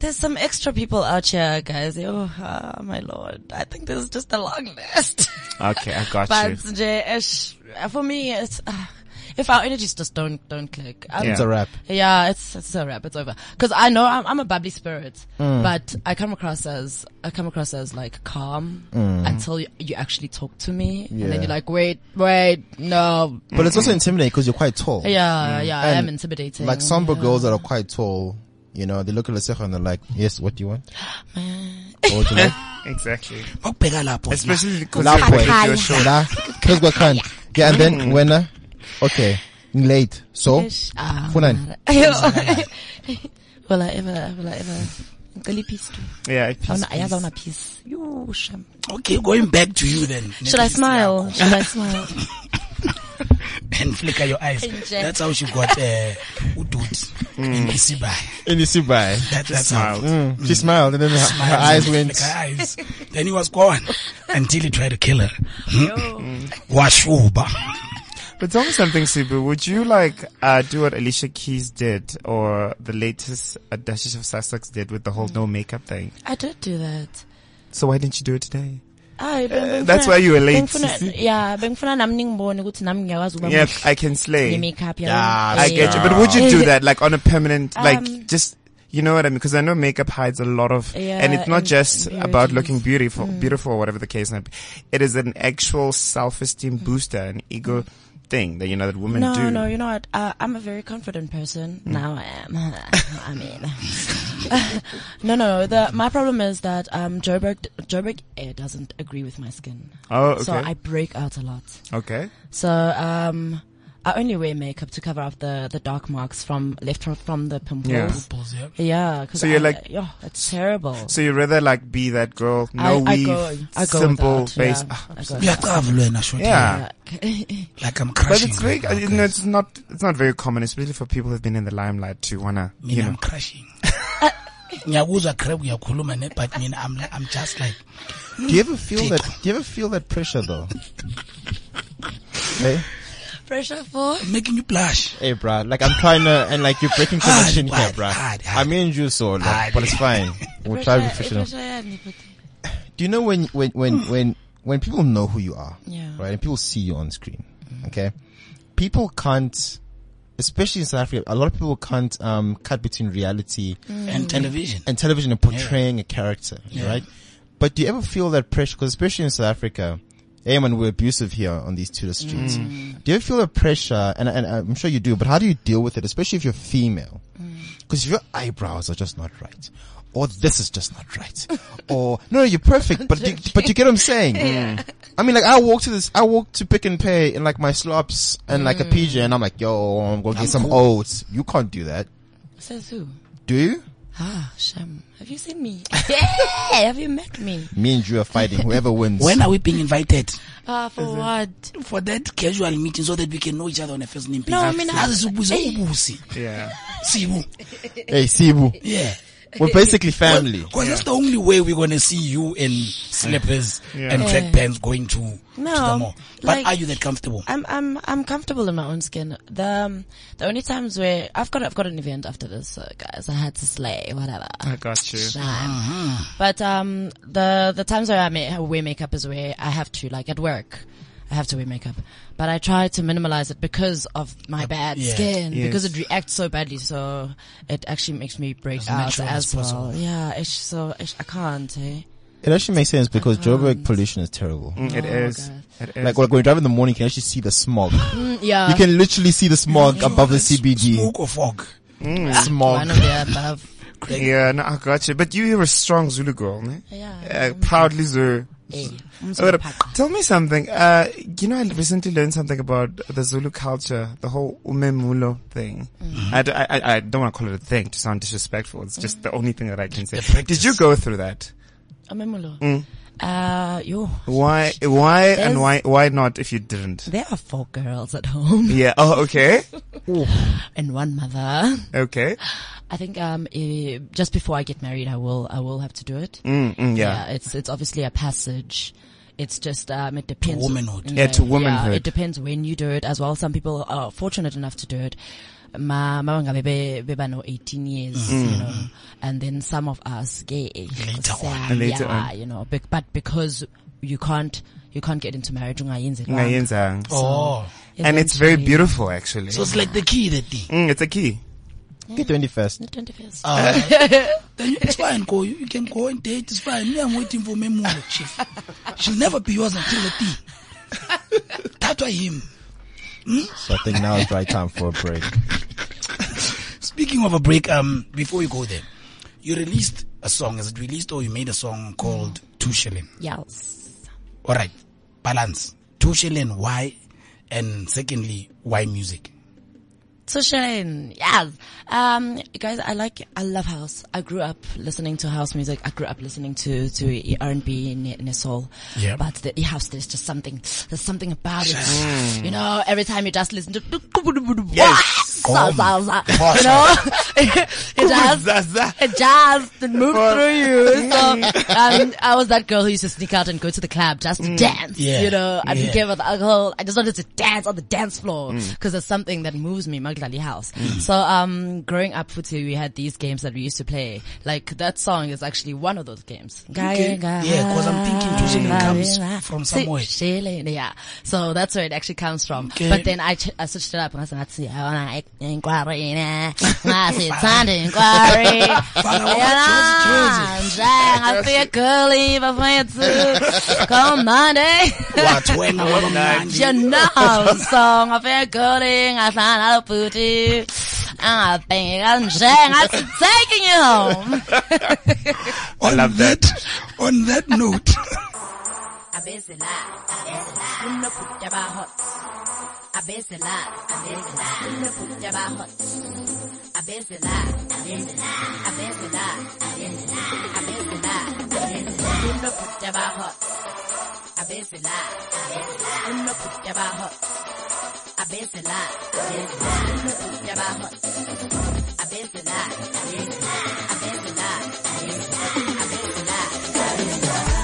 [SPEAKER 2] There's some extra people out here, guys. Oh, ah, my lord. I think there's just a long list.
[SPEAKER 8] Okay, I got
[SPEAKER 2] but
[SPEAKER 8] you.
[SPEAKER 2] nje, ish, for me, it's, ah, if our energies just don't, don't click. I'm-
[SPEAKER 8] Yeah.
[SPEAKER 3] It's a wrap.
[SPEAKER 2] yeah, it's it's a wrap. It's over. Because I know I'm, I'm a bubbly spirit,
[SPEAKER 8] Mm.
[SPEAKER 2] but I come across as I come across as like calm
[SPEAKER 8] Mm.
[SPEAKER 2] until you, you actually talk to me, and
[SPEAKER 3] Yeah.
[SPEAKER 2] then you're like, wait, wait, no,
[SPEAKER 3] But it's also intimidating because you're quite tall.
[SPEAKER 2] yeah,
[SPEAKER 8] Mm.
[SPEAKER 2] yeah, I
[SPEAKER 3] And,
[SPEAKER 2] am intimidating.
[SPEAKER 3] Like Samba
[SPEAKER 2] yeah.
[SPEAKER 3] girls that are quite tall, you know, they look at Lesejo and they're like, yes, what do you want? What would you like?
[SPEAKER 8] Exactly.
[SPEAKER 7] Mawubheka lapho
[SPEAKER 8] Especially because
[SPEAKER 3] La
[SPEAKER 8] you're
[SPEAKER 3] boy.
[SPEAKER 8] your show.
[SPEAKER 3] La. Cause we can't. Yeah, and then when, uh, okay, late. So,
[SPEAKER 2] Ish, ah,
[SPEAKER 3] Funani.
[SPEAKER 2] mara. will I ever? Will I ever? Ngicela i-piece too.
[SPEAKER 8] Yeah. it-
[SPEAKER 2] Awuna- ayazi awuna piece. Yo, shame.
[SPEAKER 7] okay going back to you then
[SPEAKER 2] Should I
[SPEAKER 7] Nephew,
[SPEAKER 2] smile? Should I smile?
[SPEAKER 7] and flicker your eyes
[SPEAKER 2] Inject.
[SPEAKER 7] that's how she got uh, udut
[SPEAKER 3] Hmm.
[SPEAKER 7] in Isibaya
[SPEAKER 3] in the by.
[SPEAKER 7] that, mm. that's how
[SPEAKER 8] Mm.
[SPEAKER 3] She smiled and then her, her eyes went.
[SPEAKER 7] Flicker eyes. then he was gone until he tried to kill her washuba
[SPEAKER 8] But tell me something, Sibu. Would you like uh, do what Alicia Keys did, or the latest uh, Dashish of Sussex did with the whole
[SPEAKER 7] Mm.
[SPEAKER 8] no makeup thing?
[SPEAKER 2] I did do that.
[SPEAKER 8] So why didn't you do it today?
[SPEAKER 2] Hayi, bengifuna-
[SPEAKER 8] Eh, that's why you were late,
[SPEAKER 2] bengifuna-
[SPEAKER 8] sisi.
[SPEAKER 2] yeah bengifuna nami ningibone ukuthi nami ngiyakwazi ukuba
[SPEAKER 8] Yeah,
[SPEAKER 2] muhle
[SPEAKER 8] I can slay.
[SPEAKER 2] ne-makeup yami.
[SPEAKER 8] I get you. But would you do that, like on a permanent, like
[SPEAKER 2] Um,
[SPEAKER 8] just, you know what I mean? Because I know makeup hides a lot of,
[SPEAKER 2] Yeah,
[SPEAKER 8] and it's not
[SPEAKER 2] and Hmm.
[SPEAKER 8] just about
[SPEAKER 2] impurities.
[SPEAKER 8] looking beautiful, beautiful, whatever the case might be. It is an actual self-esteem booster, an ego thing that you know that women
[SPEAKER 2] Hmm. no
[SPEAKER 8] do.
[SPEAKER 2] no you know what uh, i'm a very confident person
[SPEAKER 8] Hmm.
[SPEAKER 2] now i am i mean no no the my problem is that um joburg joburg air doesn't agree with my skin
[SPEAKER 8] Oh, okay.
[SPEAKER 2] so i break out a lot
[SPEAKER 8] okay.
[SPEAKER 2] so um I only wear makeup to cover up the, the dark marks from left from, from the pimples.
[SPEAKER 7] Pulls, yeah.
[SPEAKER 2] Yeah, 'cause
[SPEAKER 8] So you're
[SPEAKER 2] I-
[SPEAKER 8] like-
[SPEAKER 2] yeah, it's terrible.
[SPEAKER 8] So you rather like be that girl,
[SPEAKER 2] Oh. I,
[SPEAKER 8] no
[SPEAKER 2] I
[SPEAKER 8] weave,
[SPEAKER 2] go, I go
[SPEAKER 8] simple
[SPEAKER 2] without, yeah,
[SPEAKER 8] face. Ah,
[SPEAKER 2] I go
[SPEAKER 7] uyacava lwena shoti
[SPEAKER 8] Yeah.
[SPEAKER 2] without.
[SPEAKER 7] like I'm
[SPEAKER 8] But
[SPEAKER 7] crushing
[SPEAKER 8] it's very, uh,
[SPEAKER 7] right now,
[SPEAKER 8] you
[SPEAKER 7] guys.
[SPEAKER 8] know, it's not, it's not very common, especially for people who've been in the limelight to wanna,
[SPEAKER 7] mina
[SPEAKER 8] you know.
[SPEAKER 7] I'm crushing ngiyakuzwa crab uyakhuluma ne but mina I'm, li- I'm just like
[SPEAKER 3] Do you ever feel that, do you ever feel that pressure though? hey,
[SPEAKER 2] Pressure for
[SPEAKER 7] I'm making you blush
[SPEAKER 3] hey, bruh, like I'm trying to, and like you're breaking connection here,
[SPEAKER 7] hard,
[SPEAKER 3] bruh.
[SPEAKER 7] hard,
[SPEAKER 3] I
[SPEAKER 7] hard.
[SPEAKER 3] mean, you so,
[SPEAKER 7] Hard.
[SPEAKER 3] like, but it's fine. We'll
[SPEAKER 2] eh,
[SPEAKER 3] try to be professional. Do you know when when when when when people know who you are,
[SPEAKER 2] Yeah.
[SPEAKER 3] right, and people see you on screen, okay, people can't, especially in South Africa, a lot of people can't um, cut between reality
[SPEAKER 8] Mm.
[SPEAKER 7] and television
[SPEAKER 3] and television and portraying a character, right? But do you ever feel that pressure? Because especially in South Africa, hey man, we're abusive here on these Tudor streets. Do you ever feel the pressure? And, and I'm sure you do, but how do you deal with it, especially if you're female? Because if your eyebrows are just not right, or this is just not right, or no, no, you're perfect, but you, but you get what I'm saying. I mean, like I walk to this, I walk to pick and pay in like my slops and like a PJ, and I'm like, yo, I'm gonna get some oats. You can't do that,
[SPEAKER 2] Says who?
[SPEAKER 3] do you?
[SPEAKER 2] Ah, Sham. Have you seen me? yeah, have you met me?
[SPEAKER 3] Me and you are fighting. Whoever wins.
[SPEAKER 7] when are we being invited
[SPEAKER 2] Ah, for what?
[SPEAKER 7] for that casual meeting so that we can know each other on a first name basis
[SPEAKER 2] No, I mean, I-
[SPEAKER 7] Azi sibuze ubusi
[SPEAKER 8] Yeah.
[SPEAKER 7] sibu
[SPEAKER 3] Hey, Sibu.
[SPEAKER 7] yeah
[SPEAKER 3] We're basically family.
[SPEAKER 7] Because that's the only way we're going to see you in slippers and track pants going to, to the
[SPEAKER 2] No,
[SPEAKER 7] mall. But
[SPEAKER 2] like-
[SPEAKER 7] are you that comfortable?
[SPEAKER 2] I'm I'm I'm comfortable in my own skin. The um, the only times where I've got I've got an event after this, so guys, I had to slay whatever.
[SPEAKER 7] Uh-huh.
[SPEAKER 8] I got you.
[SPEAKER 2] Sham. But um, the the times where I, ma- I wear makeup is where I have to, like at work, I have to wear makeup. But I try to minimalize it because of my bad
[SPEAKER 7] yeah,
[SPEAKER 2] skin,
[SPEAKER 8] yes.
[SPEAKER 2] because it reacts so badly. So it actually makes me break
[SPEAKER 7] As
[SPEAKER 2] out
[SPEAKER 7] natural as
[SPEAKER 2] as well.
[SPEAKER 7] possible.
[SPEAKER 2] Yeah, it's so it's, I can't. Eh?
[SPEAKER 3] It actually makes sense because Joburg pollution is terrible.
[SPEAKER 8] Mm, It
[SPEAKER 2] Oh,
[SPEAKER 8] is. It is.
[SPEAKER 3] Like, like when you drive in the morning, you can actually see the smog. You
[SPEAKER 2] Mm, yeah,
[SPEAKER 3] can literally see the Uh-huh. smog above the
[SPEAKER 7] It's
[SPEAKER 3] CBD.
[SPEAKER 7] Smoke or fog?
[SPEAKER 2] one
[SPEAKER 3] Smog.
[SPEAKER 2] of the above.
[SPEAKER 8] yeah, no, I got you. But you were a strong Zulu girl, ne?
[SPEAKER 2] Yeah.
[SPEAKER 8] Uh, proudly Zulu.
[SPEAKER 2] Eh,
[SPEAKER 8] Ora,
[SPEAKER 2] umsophaqa.
[SPEAKER 8] Tell me something. Uh, you know, I recently learned something about the Zulu culture, the whole umemulo thing. I, d- I- I- I don't want to call it a thing to sound disrespectful. It's just the only thing that I can say.
[SPEAKER 7] The practice.
[SPEAKER 8] Did you go through that?
[SPEAKER 2] Amemulo. Uh, yo,
[SPEAKER 8] Mm. Why, why, and
[SPEAKER 2] There's-
[SPEAKER 8] why, why not if you didn't?
[SPEAKER 2] there are four girls at home
[SPEAKER 8] Yeah. Oh, okay.
[SPEAKER 2] and one mother.
[SPEAKER 8] Okay.
[SPEAKER 2] I think um eh, just before I get married, I will I will have to do it.
[SPEAKER 8] Mm, mm,
[SPEAKER 2] Yeah,
[SPEAKER 8] yeah.
[SPEAKER 2] it's it's obviously a passage. It's just um it depends
[SPEAKER 7] womanhood.
[SPEAKER 8] Yeah, to womanhood.
[SPEAKER 2] it depends when you do it as well. Some people are fortunate enough to do it. ma mabangabe be- beba no 18 years you know and then some of us gay
[SPEAKER 7] Later on.
[SPEAKER 8] Later
[SPEAKER 2] yeah,
[SPEAKER 8] on.
[SPEAKER 2] you know bec- but because you can't you can't get into marriage ungayenzi lwanga,
[SPEAKER 8] Ungayenzanga.
[SPEAKER 7] Oh.
[SPEAKER 8] And it's very
[SPEAKER 2] eventually-
[SPEAKER 8] beautiful, actually.
[SPEAKER 7] So it's like the key, the thing.
[SPEAKER 8] Mm, it's a key.
[SPEAKER 3] Get 21st.
[SPEAKER 7] Then it's fine, go. You can go and date. It's fine. Me, I'm waiting for Memulo, chief. She'll never be yours until the thing. That's why him.
[SPEAKER 3] So I think now is the right time for a break.
[SPEAKER 7] Speaking of a break, um, before we go there, you released a song. Is it released or you made a song called Two Shilling?
[SPEAKER 2] yes
[SPEAKER 7] All right. Balance. Two Shilling, why? And secondly, why music?
[SPEAKER 2] Tushin, yes. Um, guys, I like, I love house. I grew up listening to house music. I grew up listening to, to R&B and, and soul.
[SPEAKER 7] Yeah.
[SPEAKER 2] But the house, there's just something, there's something about it. You know, every time you just listen to, yes. you know, it just,
[SPEAKER 8] Zaza.
[SPEAKER 2] it just moved through you. So, um, I was that girl who used to sneak out and go to the club just to dance.
[SPEAKER 7] Yeah.
[SPEAKER 2] You know, I didn't
[SPEAKER 7] Yeah.
[SPEAKER 2] care about the alcohol. I just wanted to dance on the dance floor because it's something that moves me, Magdali House. So, um, growing up, Futi, we had these games that we used to play. Like that song is actually one of those games.
[SPEAKER 7] Okay. Yeah, 'cause I'm thinking usually it comes from
[SPEAKER 2] See,
[SPEAKER 7] somewhere.
[SPEAKER 2] Shele, yeah. So that's where it actually comes from.
[SPEAKER 7] Okay.
[SPEAKER 2] But then I, ch- I switched it up and I said, I see, I want to inquiry. I said, inquiry.
[SPEAKER 7] Father, what
[SPEAKER 2] Yeah,
[SPEAKER 7] just
[SPEAKER 2] I feel girly, but when it's come Monday,
[SPEAKER 7] What when I was
[SPEAKER 2] you know, song I feel girly, I find out booty. I think I'm Jang, I'm taking you home.
[SPEAKER 7] On
[SPEAKER 8] love
[SPEAKER 7] that, on that note,
[SPEAKER 2] I busy lie, no put about hot. I busy lie, I busy lie, no put about hot. I busy lie, I busy lie, I busy lie, I busy lie, I busy lie, I busy lie, no put about hot. I busy lie, I busy lie, no put about hot. I busy lie, I busy lie, no put about hot. I busy lie, I busy lie, I busy lie, I busy lie, I busy lie.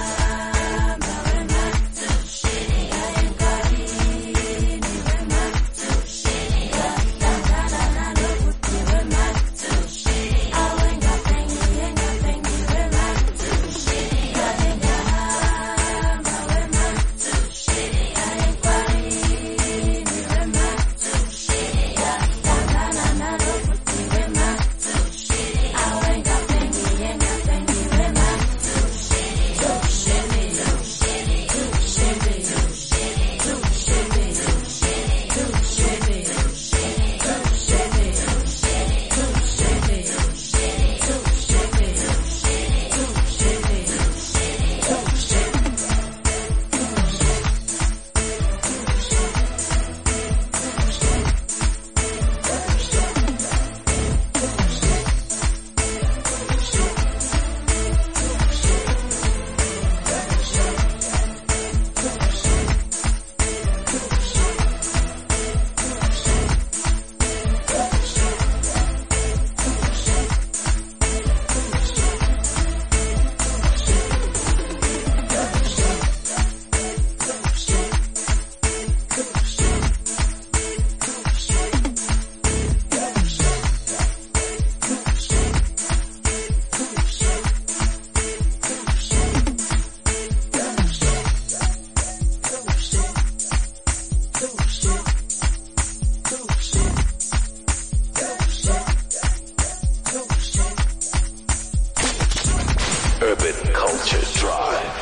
[SPEAKER 1] Urban Culture Drive.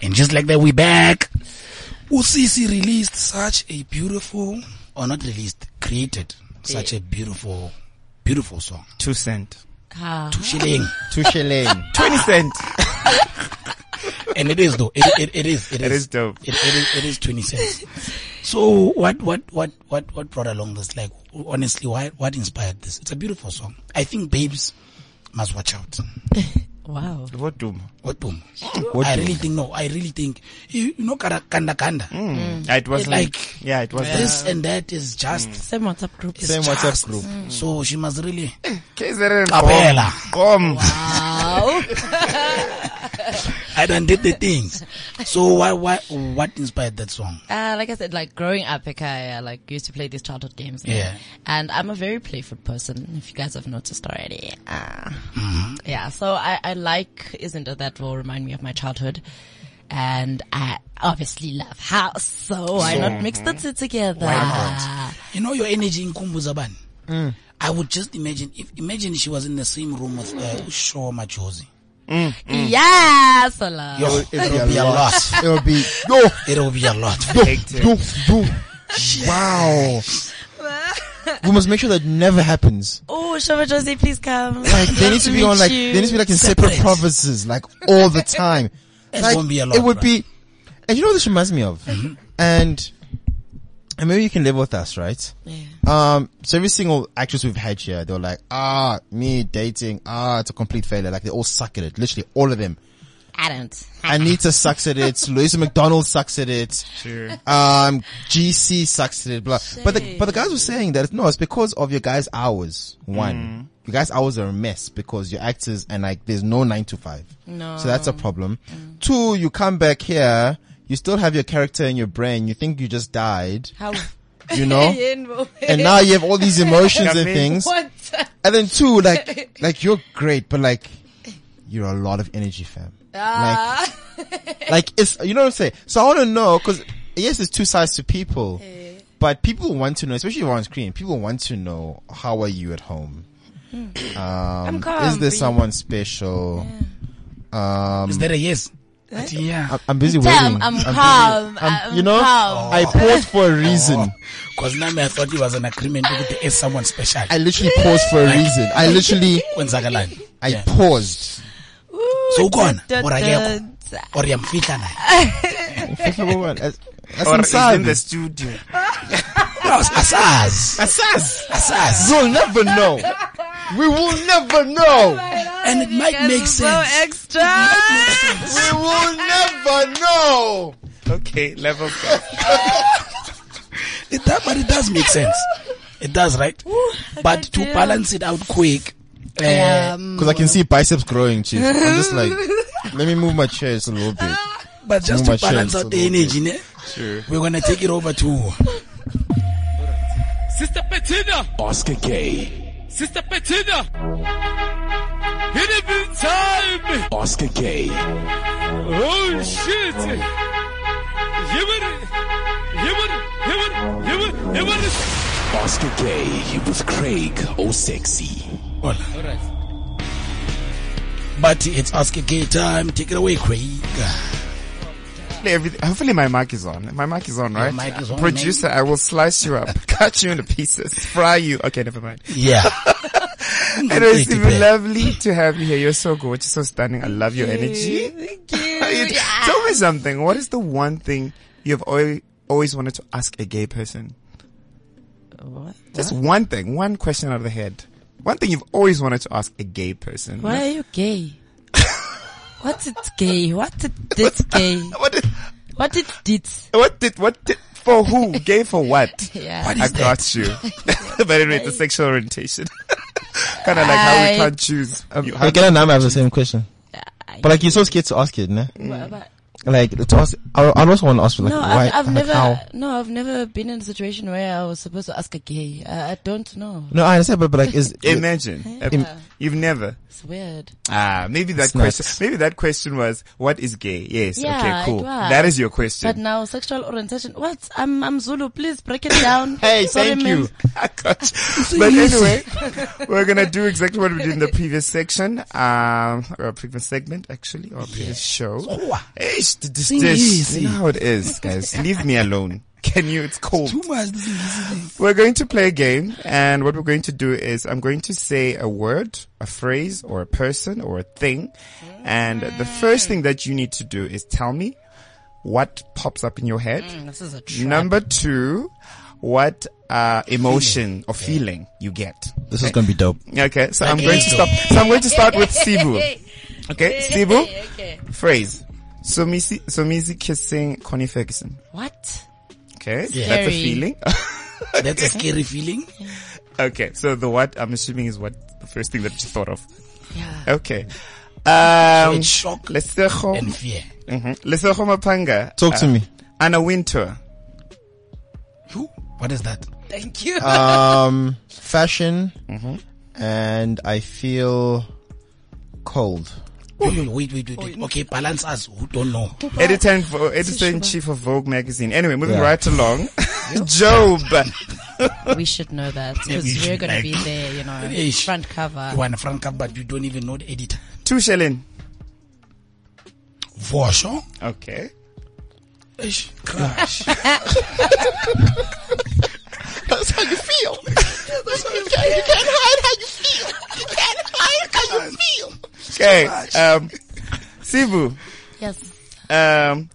[SPEAKER 7] and just like that, we back. UCC released such a beautiful, or not released, created
[SPEAKER 8] Eh.
[SPEAKER 7] such a beautiful, beautiful song.
[SPEAKER 8] Two cent.
[SPEAKER 7] Shilling.
[SPEAKER 3] Touche lane.
[SPEAKER 8] Twenty cent.
[SPEAKER 7] and it is though. It, it, it is. It,
[SPEAKER 8] It is dope.
[SPEAKER 7] It, it is. It is twenty cents. So what? What? What? What? What brought along this? Like honestly, why? What inspired this? It's a beautiful song. I think babes must watch out.
[SPEAKER 2] Wow.
[SPEAKER 8] What doom?
[SPEAKER 7] What boom? I really think no. I really think you, you know kara- kanda kanda. Mm.
[SPEAKER 8] Ah, It was
[SPEAKER 7] It's
[SPEAKER 8] like,
[SPEAKER 7] like-
[SPEAKER 8] yeah, it was like,
[SPEAKER 7] This and that is just.
[SPEAKER 2] Same WhatsApp group.
[SPEAKER 7] is
[SPEAKER 3] Same WhatsApp
[SPEAKER 7] just.
[SPEAKER 3] group.
[SPEAKER 7] Mm. So she must really.
[SPEAKER 8] KZN.
[SPEAKER 7] Capella.
[SPEAKER 8] Come.
[SPEAKER 2] Wow.
[SPEAKER 7] I done did the things. So why, why, what inspired that song?
[SPEAKER 2] Uh, like I said, like growing up, like I uh, like used to play these childhood games.
[SPEAKER 7] Yeah.
[SPEAKER 2] And I'm a very playful person, if you guys have noticed already. Uh,
[SPEAKER 7] Mm-hmm.
[SPEAKER 2] Yeah. So I, I like Isn't It That will remind me of my childhood. And I obviously love house. So why not mix
[SPEAKER 7] Mm-hmm.
[SPEAKER 2] the two together?
[SPEAKER 7] You know your energy in Kumbu Zaban? I would just imagine, if, imagine she was in the same room with uh, Shaw Machozi.
[SPEAKER 2] Yeah, so love.
[SPEAKER 7] Mm. Yo,
[SPEAKER 3] It'll- it'll
[SPEAKER 7] it'll
[SPEAKER 3] be
[SPEAKER 7] be a
[SPEAKER 3] a
[SPEAKER 7] lot.
[SPEAKER 3] It'll be, yo,
[SPEAKER 7] It'll be a lot.
[SPEAKER 3] yo, yo. Wow. We must make sure that never happens.
[SPEAKER 2] Oh, Shova Josie, please come.
[SPEAKER 3] Like they need to be on like they need to be like in separate,
[SPEAKER 7] Separate.
[SPEAKER 3] provinces, like all the time.
[SPEAKER 7] It
[SPEAKER 3] Like,
[SPEAKER 7] won't be a lot, Mm-hmm.
[SPEAKER 3] It would
[SPEAKER 7] bruh.
[SPEAKER 3] be, and you know what this reminds me of, and and maybe you can live with us, right? Um, so every single actress we've had here, they were like, ah, me dating, ah, it's a complete failure. Like they all suck at it, literally all of them.
[SPEAKER 2] I don't.
[SPEAKER 7] Ah.
[SPEAKER 3] Anita sucks at it. Louisa McDonald sucks at it. Sure. Um, GC sucks at it. Blah. But the but the guys were saying that no, it's because of your guys' hours. One, your guys' hours are a mess because your actors and like there's no nine to five.
[SPEAKER 2] No.
[SPEAKER 3] So that's a problem. Two, you come back here, you still have your character in your brain. You think you just died,
[SPEAKER 2] How?
[SPEAKER 3] you know, and now you have all these emotions
[SPEAKER 8] Got
[SPEAKER 3] and
[SPEAKER 8] me.
[SPEAKER 3] things.
[SPEAKER 2] What?
[SPEAKER 3] And then two, like like you're great, but like you're a lot of energy, fam. Like
[SPEAKER 2] Ah.
[SPEAKER 3] like it's you know what I'm saying. So I want to know because yes, there's two sides to people,
[SPEAKER 2] Eh.
[SPEAKER 3] but people want to know, especially if you're on screen. People want to know how are you at home. Um,
[SPEAKER 2] Hmm. calm,
[SPEAKER 3] is there
[SPEAKER 2] but you-
[SPEAKER 3] someone special? Um,
[SPEAKER 7] Is that a yes? But yeah.
[SPEAKER 3] I- I'm busy
[SPEAKER 2] Damn,
[SPEAKER 3] waiting.
[SPEAKER 2] I'm
[SPEAKER 3] busy-
[SPEAKER 2] calm. I'm
[SPEAKER 3] you know,
[SPEAKER 2] calm.
[SPEAKER 3] I paused for a
[SPEAKER 7] Oh.
[SPEAKER 3] reason.
[SPEAKER 7] Cause now I thought it was an agreement with the is someone special.
[SPEAKER 3] I literally paused for a reason. I literally,
[SPEAKER 7] Kwenzakalani.
[SPEAKER 3] I
[SPEAKER 7] Yeah.
[SPEAKER 3] paused.
[SPEAKER 7] So ukhona
[SPEAKER 2] dun,
[SPEAKER 7] or akekho
[SPEAKER 2] dun.
[SPEAKER 7] or yamfihla naye.
[SPEAKER 3] That's number one. That's, that's
[SPEAKER 8] Or is
[SPEAKER 3] inside.
[SPEAKER 8] in the studio.
[SPEAKER 7] No, asazi.
[SPEAKER 3] Asas.
[SPEAKER 7] Asazi.
[SPEAKER 3] We'll never know. We will never
[SPEAKER 2] Oh
[SPEAKER 3] know.
[SPEAKER 7] And it might make sense.
[SPEAKER 2] extra.
[SPEAKER 3] We will never know.
[SPEAKER 8] Okay, level up.
[SPEAKER 7] It does, but it does make sense. It does, right? but to
[SPEAKER 2] do.
[SPEAKER 7] balance it out quick, uh,
[SPEAKER 8] Mm.
[SPEAKER 3] Because I can see biceps growing, Chief. I'm just like, let me move my chair just a little bit.
[SPEAKER 7] but just
[SPEAKER 3] Move
[SPEAKER 7] to
[SPEAKER 3] my
[SPEAKER 7] balance
[SPEAKER 3] shirts
[SPEAKER 7] out
[SPEAKER 3] a
[SPEAKER 7] the
[SPEAKER 3] little
[SPEAKER 7] energy, ne?
[SPEAKER 8] Sure.
[SPEAKER 7] we're gonna take it over to
[SPEAKER 9] Sister Bettina.
[SPEAKER 1] Oscar K.
[SPEAKER 9] Sister Bettina. It has been time.
[SPEAKER 1] Oscar K.
[SPEAKER 9] Oh shit. You were, you were, you were, you were, you were.
[SPEAKER 1] Oscar K. with Craig O'Sexy.
[SPEAKER 7] But it's Ask a Gay time. Take it away, Craig.
[SPEAKER 8] Everything. Hopefully my mic is on. My mic is on, right?
[SPEAKER 7] mic is on,
[SPEAKER 8] Producer, I will slice you up, cut you into pieces, fry you. Okay, never mind.
[SPEAKER 7] Yeah.
[SPEAKER 8] Anyways,
[SPEAKER 7] Pretty
[SPEAKER 8] it's been
[SPEAKER 7] bad.
[SPEAKER 8] lovely to have you here. You're so gorgeous, so stunning. I love your energy. It- Tell me something. What is the one thing you've always, always wanted to ask a gay person?
[SPEAKER 2] What?
[SPEAKER 8] Just one thing, one question out of the head. One thing you've always wanted to ask a gay person.
[SPEAKER 2] Why are you gay? What's it gay? What it did gay?
[SPEAKER 8] What did,
[SPEAKER 2] What it did?
[SPEAKER 8] what did, what did, for who? gay for what?
[SPEAKER 2] Yeah.
[SPEAKER 8] I got you. but anyway, the sexual orientation. kind of like how we
[SPEAKER 2] I-
[SPEAKER 8] can't choose. You- how-
[SPEAKER 3] Like, and I have the same question. But like, you're so scared to ask it, nah?
[SPEAKER 2] What about-
[SPEAKER 3] Like, to ask, I, I also want to ask you, like,
[SPEAKER 2] No,
[SPEAKER 3] why?
[SPEAKER 2] I've, I've
[SPEAKER 3] like,
[SPEAKER 2] never.
[SPEAKER 3] how?
[SPEAKER 2] No, I've never been in a situation where I was supposed to ask a gay. I, I don't know.
[SPEAKER 3] No, I understand, but, but like, is,
[SPEAKER 8] Imagine. You've never.
[SPEAKER 2] It's weird.
[SPEAKER 8] Ah, maybe that
[SPEAKER 3] It's nuts.
[SPEAKER 8] question. Maybe that question was, "What is gay?" Yes.
[SPEAKER 2] Yeah,
[SPEAKER 8] okay.
[SPEAKER 2] it
[SPEAKER 8] Cool.
[SPEAKER 2] was.
[SPEAKER 8] That is your
[SPEAKER 2] But
[SPEAKER 8] question.
[SPEAKER 2] now sexual orientation. What? I'm I'm Zulu. Please break it down.
[SPEAKER 3] Hey, thank
[SPEAKER 2] ma'am.
[SPEAKER 3] you.
[SPEAKER 8] I got you. But anyway, we're gonna do exactly what we did in the previous section, um, or our previous segment, actually, or our previous show.
[SPEAKER 7] Owa.
[SPEAKER 8] Hey, sh- d- d-
[SPEAKER 7] Sing
[SPEAKER 8] dish.
[SPEAKER 7] easy.
[SPEAKER 8] You know how it is, guys. Leave me alone. Can you? It's cold.
[SPEAKER 7] Too much. This is
[SPEAKER 8] We're going to play a game, and what we're going to do is I'm going to say a word, a phrase, or a person, or a thing, and the first thing that you need to do is tell me what pops up in your head.
[SPEAKER 2] This is a trap.
[SPEAKER 8] Number two, what uh, emotion or feeling you get.
[SPEAKER 3] This is going to be dope.
[SPEAKER 8] Okay, so I'm going to stop. So I'm going to start with Sibu. Okay, Sibu,
[SPEAKER 2] Okay.
[SPEAKER 8] phrase. Somisi, Somisi kissing Connie Ferguson.
[SPEAKER 3] Mm.
[SPEAKER 2] What?
[SPEAKER 8] Okay, that's a
[SPEAKER 2] Scary.
[SPEAKER 8] feeling.
[SPEAKER 7] easy. That's a scary feeling.
[SPEAKER 8] Okay, so the what I'm assuming is what the first thing that you thought of.
[SPEAKER 2] Yeah.
[SPEAKER 8] Okay. Um,
[SPEAKER 7] it's shock
[SPEAKER 8] Lesego.
[SPEAKER 7] and fear.
[SPEAKER 8] Mhm. Lesego Mapanga.
[SPEAKER 3] Talk to
[SPEAKER 8] uh,
[SPEAKER 3] me.
[SPEAKER 8] Anna Wintour.
[SPEAKER 7] Who? What is that?
[SPEAKER 2] Thank you.
[SPEAKER 3] Um, fashion,
[SPEAKER 8] mm-hmm.
[SPEAKER 3] and I feel cold.
[SPEAKER 7] Wait, wait, wait, wait, wait. Okay, balance us who don't know.
[SPEAKER 8] Editor and vo- editor in chief of Vogue magazine. Anyway, moving
[SPEAKER 3] Yeah.
[SPEAKER 8] right along. Job.
[SPEAKER 2] we should know that
[SPEAKER 7] we
[SPEAKER 2] because we're
[SPEAKER 7] should,
[SPEAKER 2] going to
[SPEAKER 7] like-
[SPEAKER 2] be there, you know,
[SPEAKER 7] Eish.
[SPEAKER 2] front cover.
[SPEAKER 7] You want a frank up, but you don't even know the editor.
[SPEAKER 8] Two shilling.
[SPEAKER 7] For sure.
[SPEAKER 8] Okay.
[SPEAKER 7] Ish, crash.
[SPEAKER 3] That's how you feel. you, can't, you can't hide how you feel. You can't hide how you feel.
[SPEAKER 8] Okay. Um, Sibu.
[SPEAKER 2] Yes.
[SPEAKER 8] Um,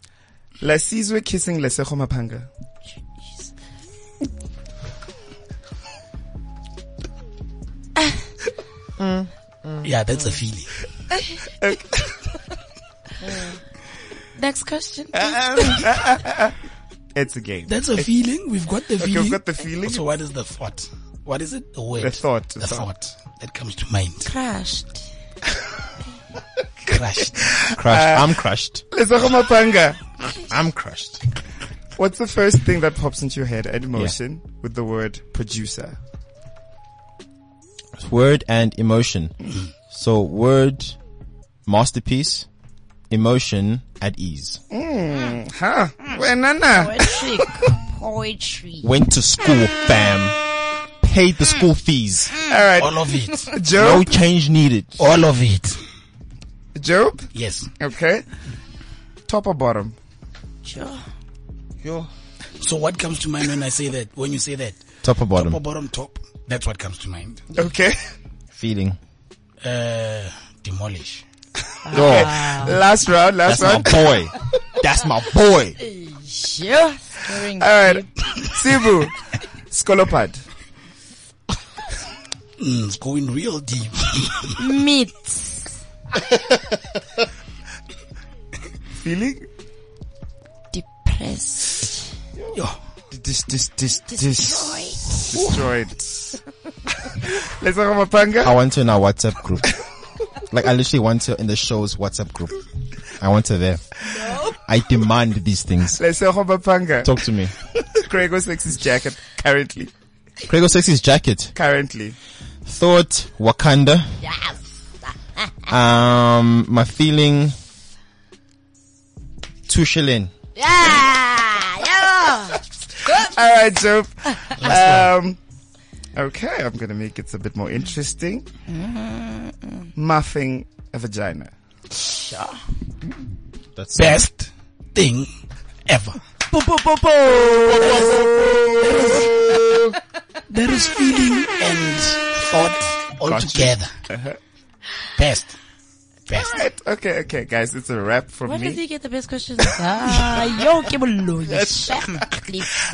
[SPEAKER 8] Lesizwe kissing Lesego Mapanga.
[SPEAKER 7] yeah, that's a feeling.
[SPEAKER 2] Next question.
[SPEAKER 3] Uh-huh.
[SPEAKER 8] It's a game.
[SPEAKER 7] That's a feeling. We've got the feeling.
[SPEAKER 8] we've got the feeling.
[SPEAKER 7] So what is the thought? What is it? The word.
[SPEAKER 8] The thought.
[SPEAKER 7] The thought that comes to mind.
[SPEAKER 2] Crashed.
[SPEAKER 7] Crashed.
[SPEAKER 8] Uh,
[SPEAKER 3] Crushed. I'm crushed.
[SPEAKER 8] Lesego Mapanga.
[SPEAKER 3] I'm crushed.
[SPEAKER 8] What's the first thing that pops into your head at emotion with the word producer?
[SPEAKER 3] Word and emotion. So word, masterpiece, emotion at ease.
[SPEAKER 8] Huh? Well,
[SPEAKER 2] Oh,
[SPEAKER 8] Nana.
[SPEAKER 2] Poetry. Poetry.
[SPEAKER 3] Went to school, fam. Paid the school fees.
[SPEAKER 8] Oh,
[SPEAKER 7] All of it.
[SPEAKER 3] No
[SPEAKER 8] Job.
[SPEAKER 3] change needed.
[SPEAKER 7] All of it.
[SPEAKER 8] Job.
[SPEAKER 7] Yes.
[SPEAKER 8] Okay. Top or bottom?
[SPEAKER 2] Sure.
[SPEAKER 7] So what comes to mind when I say that? When you say that?
[SPEAKER 3] Top or bottom?
[SPEAKER 7] Top or bottom top? That's what comes to mind.
[SPEAKER 8] Okay.
[SPEAKER 3] Feeling.
[SPEAKER 7] Uh, demolish.
[SPEAKER 3] Yo,
[SPEAKER 8] Last round. Last
[SPEAKER 3] that's my
[SPEAKER 8] round.
[SPEAKER 3] boy. That's my boy.
[SPEAKER 2] Sure. Stirring
[SPEAKER 8] All right. Sibu. Skolopad.
[SPEAKER 7] Mm, it's going real deep.
[SPEAKER 2] meat.
[SPEAKER 8] Feeling?
[SPEAKER 2] Depressed.
[SPEAKER 7] Yo,
[SPEAKER 8] Dis, dis, dis, dis. Destroyed. Lesego Mapanga.
[SPEAKER 3] I want her in our WhatsApp group. like I literally want her in the show's WhatsApp group. I want her there. I demand these things.
[SPEAKER 8] Lesego Mapanga.
[SPEAKER 3] Talk to me.
[SPEAKER 8] Craig Sex's jacket currently.
[SPEAKER 3] Craigo Sexy's jacket.
[SPEAKER 8] Currently.
[SPEAKER 3] Thought Wakanda. Yes. um my feeling two shilling.
[SPEAKER 2] Yeah. Yeah.
[SPEAKER 8] All right, Job. Um, okay, I'm going to make it a bit more interesting. Muffing a vagina.
[SPEAKER 3] That's
[SPEAKER 7] best thing ever. There is feeling and thought all together.
[SPEAKER 8] Uh-huh.
[SPEAKER 7] Best. Best.
[SPEAKER 8] Right, Okay, okay, guys, it's a wrap for
[SPEAKER 2] Why
[SPEAKER 8] me.
[SPEAKER 2] does he get the best questions? ah, yo, give a low. You shame.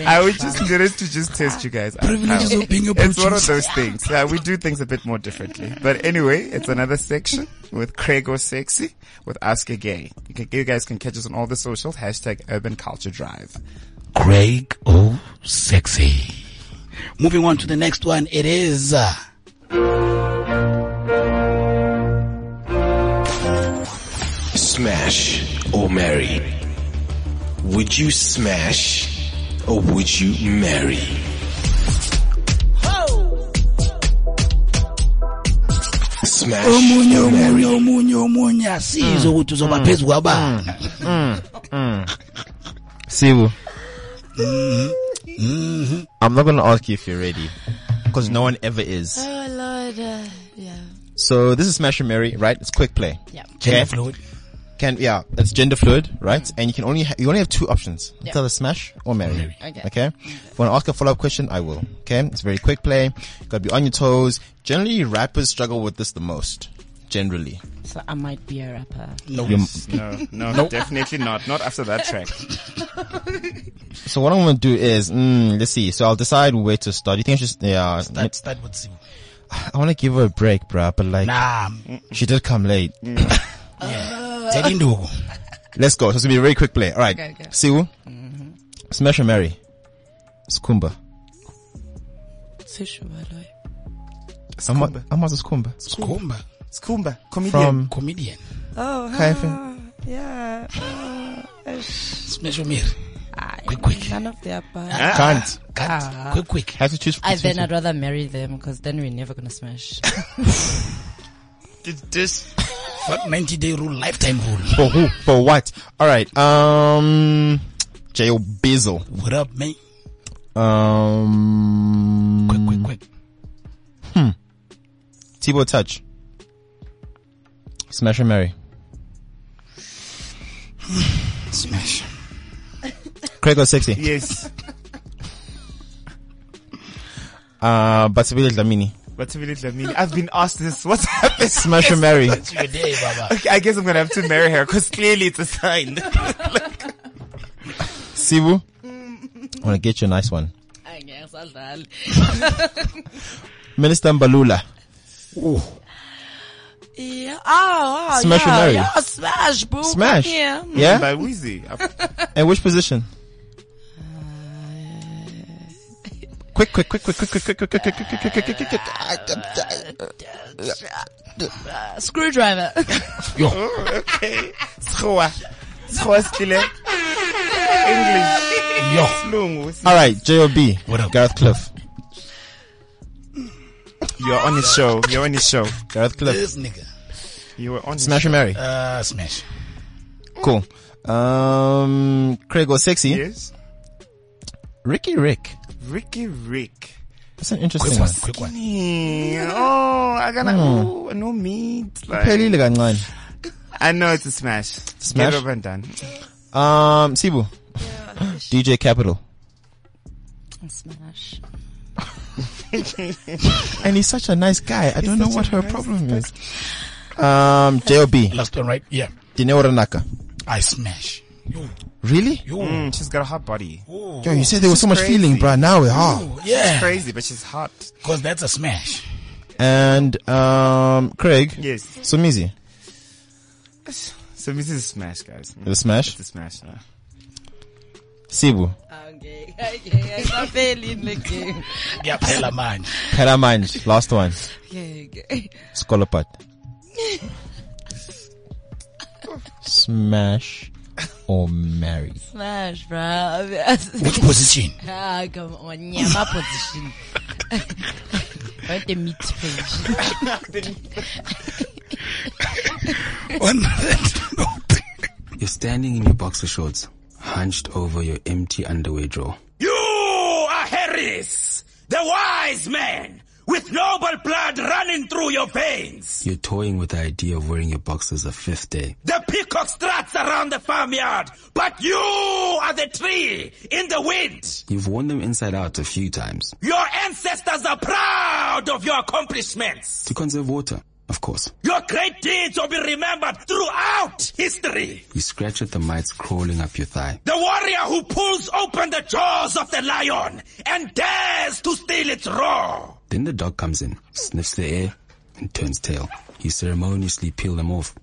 [SPEAKER 8] I would just did it to just test you guys. out.
[SPEAKER 7] Privileges of being a
[SPEAKER 8] It's one of
[SPEAKER 7] producer.
[SPEAKER 8] those things. Uh, we do things a bit more differently. But anyway, it's another section with Craig or Sexy with Ask a Gay. You, can, you guys can catch us on all the socials. Hashtag Urban Culture Drive.
[SPEAKER 7] Craig O. oh, Sexy. Moving on to the next one. It is uh,
[SPEAKER 1] Smash or marry? Would you smash or would you marry? Smash or marry?
[SPEAKER 7] omunye omunye omunye asizo ukuthi uzoba
[SPEAKER 8] Mm.
[SPEAKER 7] phezu kwabani
[SPEAKER 3] Sibu. I'm not gonna ask you if you're ready. Cause no one ever is.
[SPEAKER 2] Oh Lord. Uh, yeah.
[SPEAKER 3] So this is Smash and Mary, right? It's quick play.
[SPEAKER 2] Yeah.
[SPEAKER 7] Gender fluid.
[SPEAKER 3] can yeah, it's gender fluid, right? And you can only ha- you only have two options: it's either smash or marry.
[SPEAKER 2] Okay.
[SPEAKER 3] Okay. If you want to ask a follow up question, I will. Okay. It's very quick play. Got to be on your toes. Generally, rappers struggle with this the most. Generally,
[SPEAKER 2] So I might be a rapper.
[SPEAKER 7] No.
[SPEAKER 3] You're-
[SPEAKER 8] No, no, definitely not. Not after that track.
[SPEAKER 3] so what I'm gonna do is, mm, let's see. So I'll decide where to start. You think I should? Yeah,
[SPEAKER 7] Start, start with Sibu.
[SPEAKER 3] I want to give her a break, bruh. But like,
[SPEAKER 7] Nah.
[SPEAKER 8] Mm.
[SPEAKER 3] she did come late.
[SPEAKER 7] Teddy Ndugu.
[SPEAKER 3] Let's go. So it's gonna be a very quick play. All right.
[SPEAKER 2] Okay, okay.
[SPEAKER 3] Siwu, smash or marry? Skumba.
[SPEAKER 2] Sushi, by the way.
[SPEAKER 3] Ama- Amaza Skumba.
[SPEAKER 7] Skumba.
[SPEAKER 8] Skumba, comedian.
[SPEAKER 3] From
[SPEAKER 7] comedian.
[SPEAKER 2] Oh,
[SPEAKER 3] Hi, FM.
[SPEAKER 2] yeah.
[SPEAKER 7] Special Mary. Quick, quick.
[SPEAKER 2] None of their part.
[SPEAKER 7] Ah,
[SPEAKER 3] Can't.
[SPEAKER 7] Cut.
[SPEAKER 2] Ah.
[SPEAKER 7] Quick, quick.
[SPEAKER 3] Have to choose
[SPEAKER 2] I then
[SPEAKER 3] between
[SPEAKER 2] I'd rather marry them because then we're never gonna smash.
[SPEAKER 8] This
[SPEAKER 7] What 90 day rule, lifetime
[SPEAKER 3] two.
[SPEAKER 7] rule.
[SPEAKER 3] For who? For what? Alright, um, J.O. Bizzle.
[SPEAKER 7] What up, man?
[SPEAKER 3] Um,
[SPEAKER 7] Quick, quick, quick.
[SPEAKER 3] Tebow Touch. Smash or Mary.
[SPEAKER 7] Smash.
[SPEAKER 3] Craig or Sexy.
[SPEAKER 8] yes.
[SPEAKER 3] Uh, Batsibili Dlamini.
[SPEAKER 8] What's really Dlamini? I've been asked this. What's happened?
[SPEAKER 3] Smash or Mary.
[SPEAKER 7] It's your day, Baba.
[SPEAKER 8] Okay, I guess I'm gonna have to marry her because clearly it's a sign.
[SPEAKER 3] Sibu. I want to get you a nice one.
[SPEAKER 2] I guess I'll die.
[SPEAKER 3] Minister Mbalula.
[SPEAKER 2] Yeah. Oh, wow.
[SPEAKER 3] Smash or
[SPEAKER 2] yeah,
[SPEAKER 3] marry?
[SPEAKER 2] Yeah, smash, boo.
[SPEAKER 3] Smash.
[SPEAKER 2] Yeah.
[SPEAKER 3] Yeah?
[SPEAKER 8] By Wheezy.
[SPEAKER 3] And which position? Quick, quick, quick, quick, quick, quick, quick, quick, quick, quick, quick, quick, quick, quick, quick.
[SPEAKER 2] Uh, screwdriver.
[SPEAKER 8] Okay. Schoa. Schoa stile. English.
[SPEAKER 7] Yo.
[SPEAKER 8] Lungu.
[SPEAKER 3] All right, J.O.B.
[SPEAKER 7] What up?
[SPEAKER 3] Gareth Cliff.
[SPEAKER 8] You're on his show. You're on his show.
[SPEAKER 3] Gareth Cliff.
[SPEAKER 7] This nigga.
[SPEAKER 8] You were on his
[SPEAKER 3] Smash or Mary.
[SPEAKER 7] Uh, smash.
[SPEAKER 3] Cool. Um, Craig or Sexy.
[SPEAKER 8] show. Yes.
[SPEAKER 3] Ricky Rick.
[SPEAKER 8] Ricky Rick.
[SPEAKER 3] That's an
[SPEAKER 7] Quick
[SPEAKER 3] interesting
[SPEAKER 7] one,
[SPEAKER 3] one.
[SPEAKER 7] quick one.
[SPEAKER 8] Yeah. Oh, I gotta.
[SPEAKER 3] Hmm.
[SPEAKER 8] Oh, no meat. Like,
[SPEAKER 3] Phelele kancane.
[SPEAKER 8] I know it's a smash. Smash.
[SPEAKER 3] Smash?
[SPEAKER 8] Get over and done.
[SPEAKER 3] Um, Sibu. DJ Capital.
[SPEAKER 2] smash.
[SPEAKER 3] And he's such a nice guy. I don't know what her problem is. Um, J.O.B.
[SPEAKER 7] Last one, right? Yeah.
[SPEAKER 3] Dineo Ranaka.
[SPEAKER 7] I smash. Yo,
[SPEAKER 3] Really?
[SPEAKER 7] yo.
[SPEAKER 8] Mm, she's got a hot body.
[SPEAKER 3] Yo, you said there was so much
[SPEAKER 8] crazy.
[SPEAKER 3] feeling, bruh. Now we're hard.
[SPEAKER 7] Yeah.
[SPEAKER 8] Crazy, but she's hot.
[SPEAKER 7] Cause that's a smash.
[SPEAKER 3] And, um, Craig.
[SPEAKER 8] Yes.
[SPEAKER 3] Sumizi.
[SPEAKER 8] So this is a smash, guys.
[SPEAKER 3] The smash.
[SPEAKER 8] It's a smash. Now.
[SPEAKER 3] Sibu.
[SPEAKER 7] Ah,
[SPEAKER 2] Okay. Okay. I'm not failing the game.
[SPEAKER 7] Yeah, hella man.
[SPEAKER 3] Kalamanj. Last one.
[SPEAKER 2] Okay. Okay.
[SPEAKER 3] Skolopat. Smash or marry.
[SPEAKER 2] Smash, bruh.
[SPEAKER 7] Which position?
[SPEAKER 2] ah, come on. Yeah, my position. Not the meat position.
[SPEAKER 7] One that note.
[SPEAKER 10] You're standing in your boxer shorts, hunched over your empty underwear drawer.
[SPEAKER 9] You are Harris, the wise man, with noble blood running through your veins.
[SPEAKER 10] You're toying with the idea of wearing your boxers a fifth day.
[SPEAKER 9] The peacock struts around the farmyard, but you are the tree in the wind.
[SPEAKER 10] You've worn them inside out a few times
[SPEAKER 9] Your ancestors are proud of your accomplishments.
[SPEAKER 10] to conserve water, of course.
[SPEAKER 9] Your great deeds will be remembered throughout history.
[SPEAKER 10] You scratch at the mites crawling up your thigh.
[SPEAKER 9] The warrior who pulls open the jaws of the lion and dares to steal its roar.
[SPEAKER 10] Then the dog comes in, sniffs the air, and turns tail. You ceremoniously peel them off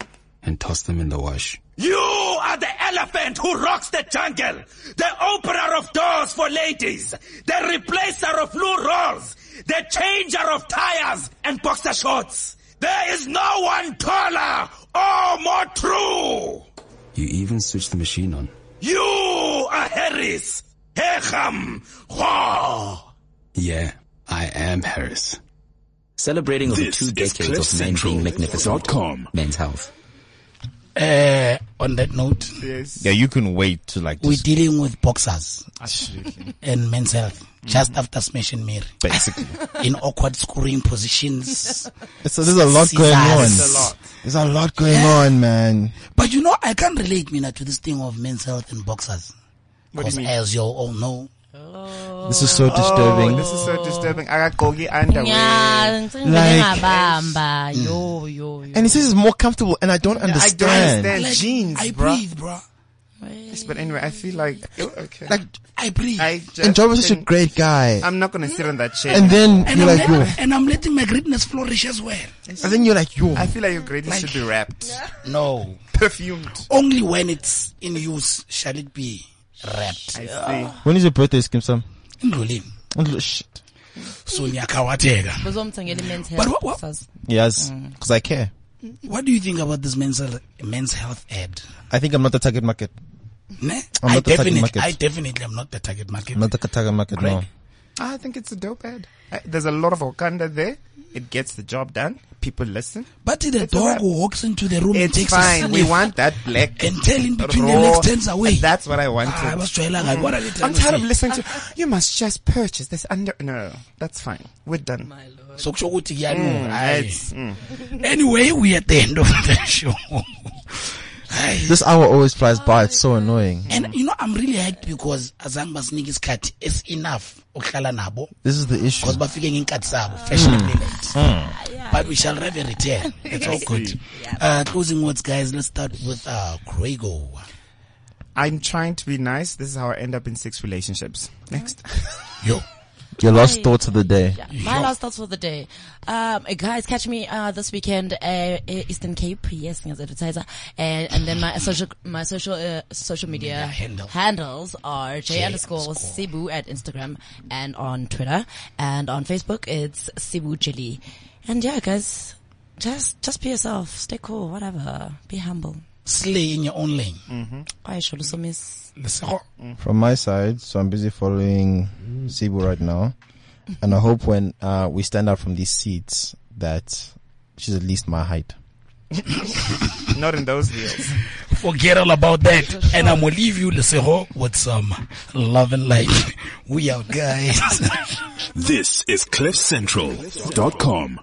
[SPEAKER 10] and toss them in the wash.
[SPEAKER 9] You are the elephant who rocks the jungle, the opener of doors for ladies, the replacer of blue rolls, the changer of tires and boxer shorts. There is no one taller or more true.
[SPEAKER 10] You even switch the machine on.
[SPEAKER 9] You are Harris, Hecham, Hua.
[SPEAKER 10] Yeah, I am Harris. Celebrating over two decades of men being magnificent. Men's health.
[SPEAKER 7] Uh, on that note,
[SPEAKER 8] Yes.
[SPEAKER 3] Yeah, you can wait to like
[SPEAKER 7] we're
[SPEAKER 3] just
[SPEAKER 7] dealing with boxers
[SPEAKER 8] Absolutely.
[SPEAKER 7] and men's health just after Smash and Mary
[SPEAKER 3] basically.
[SPEAKER 7] in awkward scoring positions.
[SPEAKER 3] It's a, there's a lot going on.
[SPEAKER 7] It's a lot.
[SPEAKER 3] There's a lot going on, man.
[SPEAKER 7] But you know, I can't relate, Mina, to this thing of men's health and boxers. Because as you all know,
[SPEAKER 3] This is so
[SPEAKER 8] Oh,
[SPEAKER 3] disturbing.
[SPEAKER 8] this is so disturbing. I got Gogi
[SPEAKER 7] Ah,
[SPEAKER 8] underwear.
[SPEAKER 2] Yeah,
[SPEAKER 3] Like-
[SPEAKER 2] like, yo, yo, yo.
[SPEAKER 3] and he says it's more comfortable, and I don't understand.
[SPEAKER 8] I don't understand jeans,
[SPEAKER 7] I
[SPEAKER 8] bro.
[SPEAKER 7] breathe, bro.
[SPEAKER 8] But anyway, I feel like okay.
[SPEAKER 3] Like,
[SPEAKER 7] I breathe.
[SPEAKER 8] I just
[SPEAKER 3] and Job was such a
[SPEAKER 8] can-
[SPEAKER 3] great guy,
[SPEAKER 8] I'm not gonna sit on that chair.
[SPEAKER 3] and then
[SPEAKER 7] and,
[SPEAKER 3] you're
[SPEAKER 7] I'm
[SPEAKER 3] like,
[SPEAKER 7] let-
[SPEAKER 3] yo,
[SPEAKER 7] and I'm letting my greatness flourish as well.
[SPEAKER 3] and then you're like, yo,
[SPEAKER 8] I feel like your greatness should be wrapped,
[SPEAKER 7] No.
[SPEAKER 8] perfumed.
[SPEAKER 7] Only when it's in use shall it be wrapped.
[SPEAKER 8] I see.
[SPEAKER 3] when is your birthday, Skimsam?
[SPEAKER 7] Ndluleni.
[SPEAKER 3] Shit.
[SPEAKER 7] So ngiyakhawateka.
[SPEAKER 2] Bazomthengela i-men's
[SPEAKER 7] But
[SPEAKER 2] health
[SPEAKER 7] what- what-
[SPEAKER 2] sus-
[SPEAKER 3] Yes, because I care.
[SPEAKER 7] What do you think about this men's health, men's health ad?
[SPEAKER 3] I think I'm not the target market.
[SPEAKER 7] Ne?
[SPEAKER 3] I'm
[SPEAKER 7] I
[SPEAKER 3] not the target
[SPEAKER 7] definitely,
[SPEAKER 3] market.
[SPEAKER 7] I definitely am not the target market.
[SPEAKER 3] I'm not the target market, no.
[SPEAKER 7] Greg?
[SPEAKER 8] Ah, I think it's a dope ad. I- There's a lot of Wakanda there. It gets the job done. People listen.
[SPEAKER 7] But the dog who walks into the room and
[SPEAKER 8] It's
[SPEAKER 7] takes a
[SPEAKER 8] fine. We
[SPEAKER 7] sniff.
[SPEAKER 8] want that black
[SPEAKER 7] and tell him between the
[SPEAKER 8] raw-
[SPEAKER 7] legs turns away. Ah,
[SPEAKER 8] That's what I wanted.
[SPEAKER 7] I was trying like, what are they trying
[SPEAKER 8] Mm. I'm
[SPEAKER 7] to
[SPEAKER 8] tired of
[SPEAKER 7] say?
[SPEAKER 8] listening to. You must just purchase this under. No, that's fine. We're done.
[SPEAKER 7] So kusho ukuthi kuyalunga. Aye.
[SPEAKER 8] It's- mm.
[SPEAKER 7] Anyway, we at the end of the show. Aye.
[SPEAKER 3] This hour always flies by. It's so annoying.
[SPEAKER 7] And you know, I'm really hyped because azange basinike isikhathi it's enough ukuhlala nabo
[SPEAKER 3] This is the issue.
[SPEAKER 7] because
[SPEAKER 8] Mm.
[SPEAKER 7] bafike ngeenkathi zabo fresh and relevant. But we shall have a return. It's all good. Uh, closing words, guys. Let's start with uh, Grego.
[SPEAKER 8] I'm trying to be nice. This is how I end up in six relationships. Next.
[SPEAKER 7] Yo.
[SPEAKER 3] Your last thoughts of the day.
[SPEAKER 2] My last thoughts for the day. Um, uh, guys, catch me uh, this weekend uh, in Eastern Cape. Yes, as advertiser, and and then my social my social uh, social media,
[SPEAKER 7] handle.
[SPEAKER 2] handles are j, underscore, Cebu at Instagram and on Twitter and on Facebook it's Cebu Jelly. And yeah, guys, just just be yourself, stay cool, whatever, be humble.
[SPEAKER 7] Slay in your own lane.
[SPEAKER 8] Mm.
[SPEAKER 2] I should also miss.
[SPEAKER 7] Lesego.
[SPEAKER 3] From my side, so I'm busy following Cebu right now. And I hope when uh, we stand out from these seats that she's at least my height.
[SPEAKER 8] Not in those deals.
[SPEAKER 7] Forget all about that. And I'm going to leave you, Lesego, with some love and light. We out, guys.
[SPEAKER 10] This is CliffCentral.com.